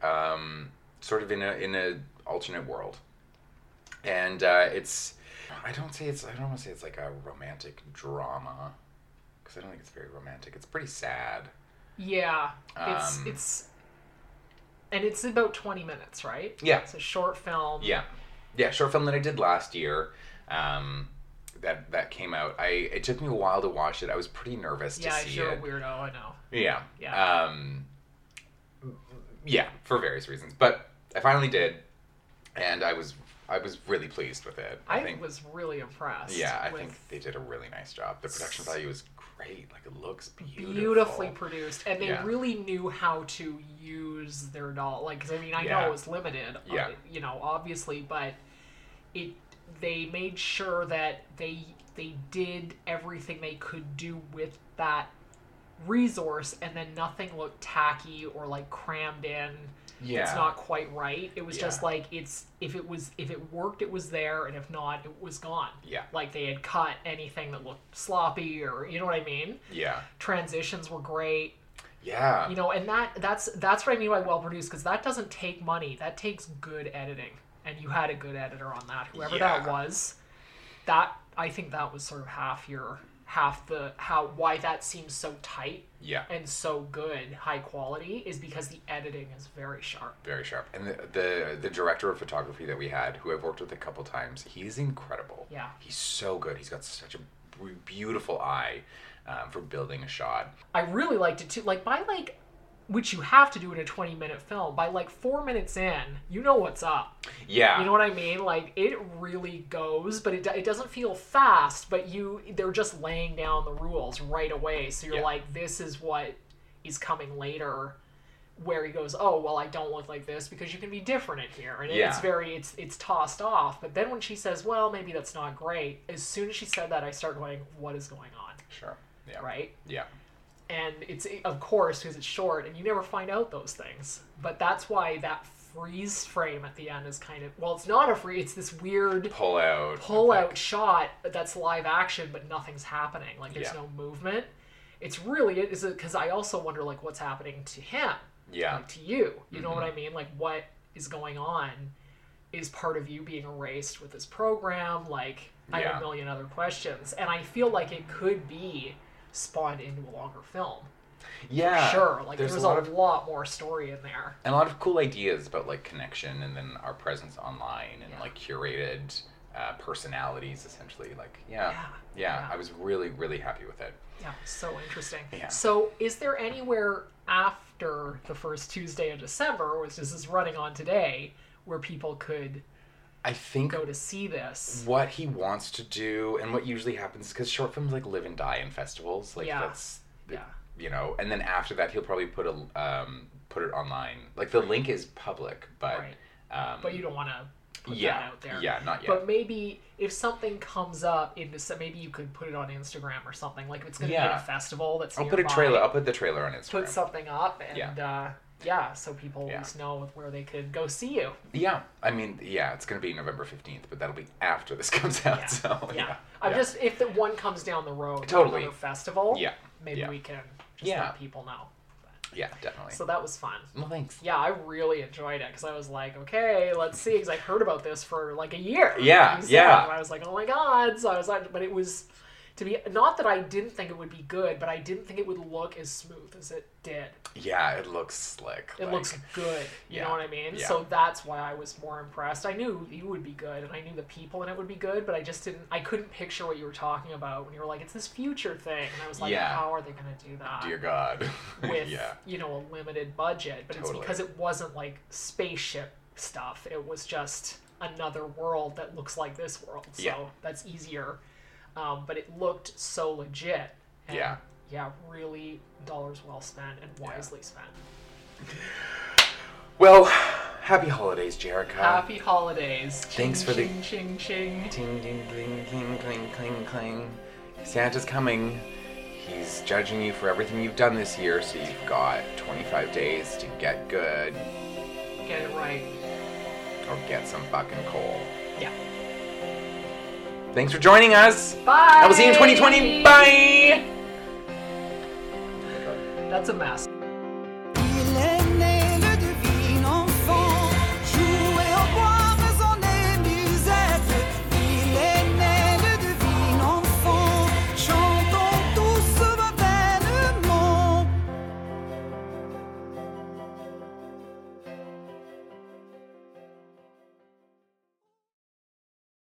B: um, sort of in a in a alternate world, and uh, it's I don't say it's I don't want to say it's like a romantic drama, because I don't think it's very romantic. It's pretty sad.
A: Yeah, it's
B: Um,
A: it's and it's about twenty minutes, right?
B: Yeah.
A: it's a short film.
B: Yeah, yeah, short film that I did last year. Um, that that came out. I it took me a while to watch it. I was pretty nervous to
A: yeah.
B: see
A: If you're
B: it.
A: a weirdo, I know.
B: Yeah.
A: Yeah.
B: Um, yeah, for various reasons, but I finally did, and I was I was really pleased with it.
A: I, was really impressed.
B: Yeah, I
A: with
B: think they did a really nice job. The production value is great. Like it looks beautiful.
A: beautifully produced, and they
B: Yeah.
A: really knew how to use their doll. Like, 'cause I mean, I
B: Yeah.
A: know it was limited. uh,
B: Yeah.
A: you know, obviously, but it they made sure that they they did everything they could do with that resource and then nothing looked tacky or like crammed in it's
B: Yeah.
A: not quite right it was just
B: Yeah.
A: like it's if it was if it worked it was there and if not it was gone
B: Yeah.
A: like they had cut anything that looked sloppy or you know what i mean
B: Yeah.
A: transitions were great
B: Yeah.
A: you know and that that's that's what i mean by well produced because that doesn't take money that takes good editing and you had a good editor on that whoever that
B: Yeah.
A: was that i think that was sort of half your half the how why that seems so tight
B: Yeah.
A: and so good high quality is because the editing is very sharp
B: Very sharp. And the, the the director of photography that we had, who I've worked with a couple times, he's incredible.
A: Yeah.
B: He's so good. He's got such a b- beautiful eye um, for building a shot.
A: I really liked it too. Like by like, which you have to do in a twenty-minute film. By like four minutes in, you know what's up.
B: Yeah.
A: You know what I mean? Like it really goes, but it, do- it doesn't feel fast. But you, they're just laying down the rules right away. So you're
B: Yeah.
A: like, this is what is coming later. Where he goes, oh well, I don't look like this because you can be different in here, and it- it's
B: Yeah.
A: very, it's it's tossed off. But then when she says, well, maybe that's not great. As soon as she said that, I start going, what is going on?
B: Sure. Yeah.
A: Right
B: Yeah.
A: and it's of course because it's short and you never find out those things but that's why that freeze frame at the end is kind of well, it's not a free. It's this weird
B: Pull out.
A: pull out shot that's live action, but nothing's happening. Like there's
B: Yeah.
A: no movement. It's really it is because I also wonder like what's happening to him,
B: Yeah.
A: to you. You know
B: Mm-hmm.
A: what I mean? Like what is going on? Is part of you being erased with this program? Like I have
B: Yeah.
A: a million other questions, and I feel like it could be spawned into a longer film. For
B: Yeah.
A: sure. Like
B: Uh, there's,
A: there's
B: a lot
A: a
B: of
A: lot more story in there.
B: and a lot of cool ideas about like connection and then our presence online and like curated uh, personalities essentially like yeah.
A: Yeah,
B: yeah i was really really happy with it
A: Yeah, so interesting.
B: Yeah.
A: So, is there anywhere after the first Tuesday of December, which this is running on today, where people could
B: i think
A: go to see this?
B: what he wants to do and what usually happens because short films like live and die in festivals like
A: Yeah.
B: Mm, that's
A: Yeah.
B: you know and then after that he'll probably put a um, put it online like the link is public but um,
A: But you don't want to put
B: yeah
A: that out there.
B: yeah not yet
A: But maybe if something comes up in December, maybe you could put it on Instagram or something. Like if it's going to be
B: Yeah.
A: at a festival that's
B: i'll put a
A: nearby,
B: trailer i'll put the trailer on instagram
A: Put something up and
B: Yeah.
A: uh, yeah, so people at least know where they could go see you.
B: Yeah, I mean, yeah, it's gonna be November fifteenth, but that'll be after this [LAUGHS] comes out. So yeah,
A: I'm
B: yeah.
A: just if the one comes down the road, like
B: Totally.
A: another festival.
B: Yeah,
A: maybe
B: yeah.
A: we can just
B: Yeah.
A: let people know.
B: yeah, definitely.
A: So that was fun.
B: Well, thanks.
A: Yeah, I really enjoyed it because I was like, okay, let's see, because I heard about this for like a year.
B: Yeah,
A: You said,
B: yeah.
A: And I was like, oh my god. So I was like, but it was to be not that I didn't think it would be good, but I didn't think it would look as smooth as it did.
B: yeah, it looks slick.
A: It
B: like-
A: looks good. You
B: yeah,
A: know what I mean?
B: yeah.
A: So that's why I was more impressed. I knew you would be good, and I knew the people in it would be good, but I just didn't. I couldn't picture what you were talking about when you were like, "It's this future thing," and I was like,
B: Yeah.
A: "How are they going to do that?"
B: Dear God. [LAUGHS]
A: With
B: yeah.
A: you know a limited budget, but it's
B: Totally.
A: because it wasn't like spaceship stuff. It was just another world that looks like this world. So
B: Yeah.
A: that's easier. Um, but it looked so legit. And
B: Yeah.
A: Yeah, really dollars well spent and wisely spent.
B: Well, happy holidays, Jericho.
A: Happy holidays.
B: Thanks
A: Ching,
B: for the-
A: ching, ching ching.
B: Ting, ting, cling, cling, cling, cling, cling. Santa's coming. He's judging you for everything you've done this year, so you've got 25 days to get good
A: Get it right.
B: or get some fucking coal.
A: Yeah.
B: Thanks for joining us.
A: Bye.
B: I will see you in 2020. Bye.
A: That's a mess.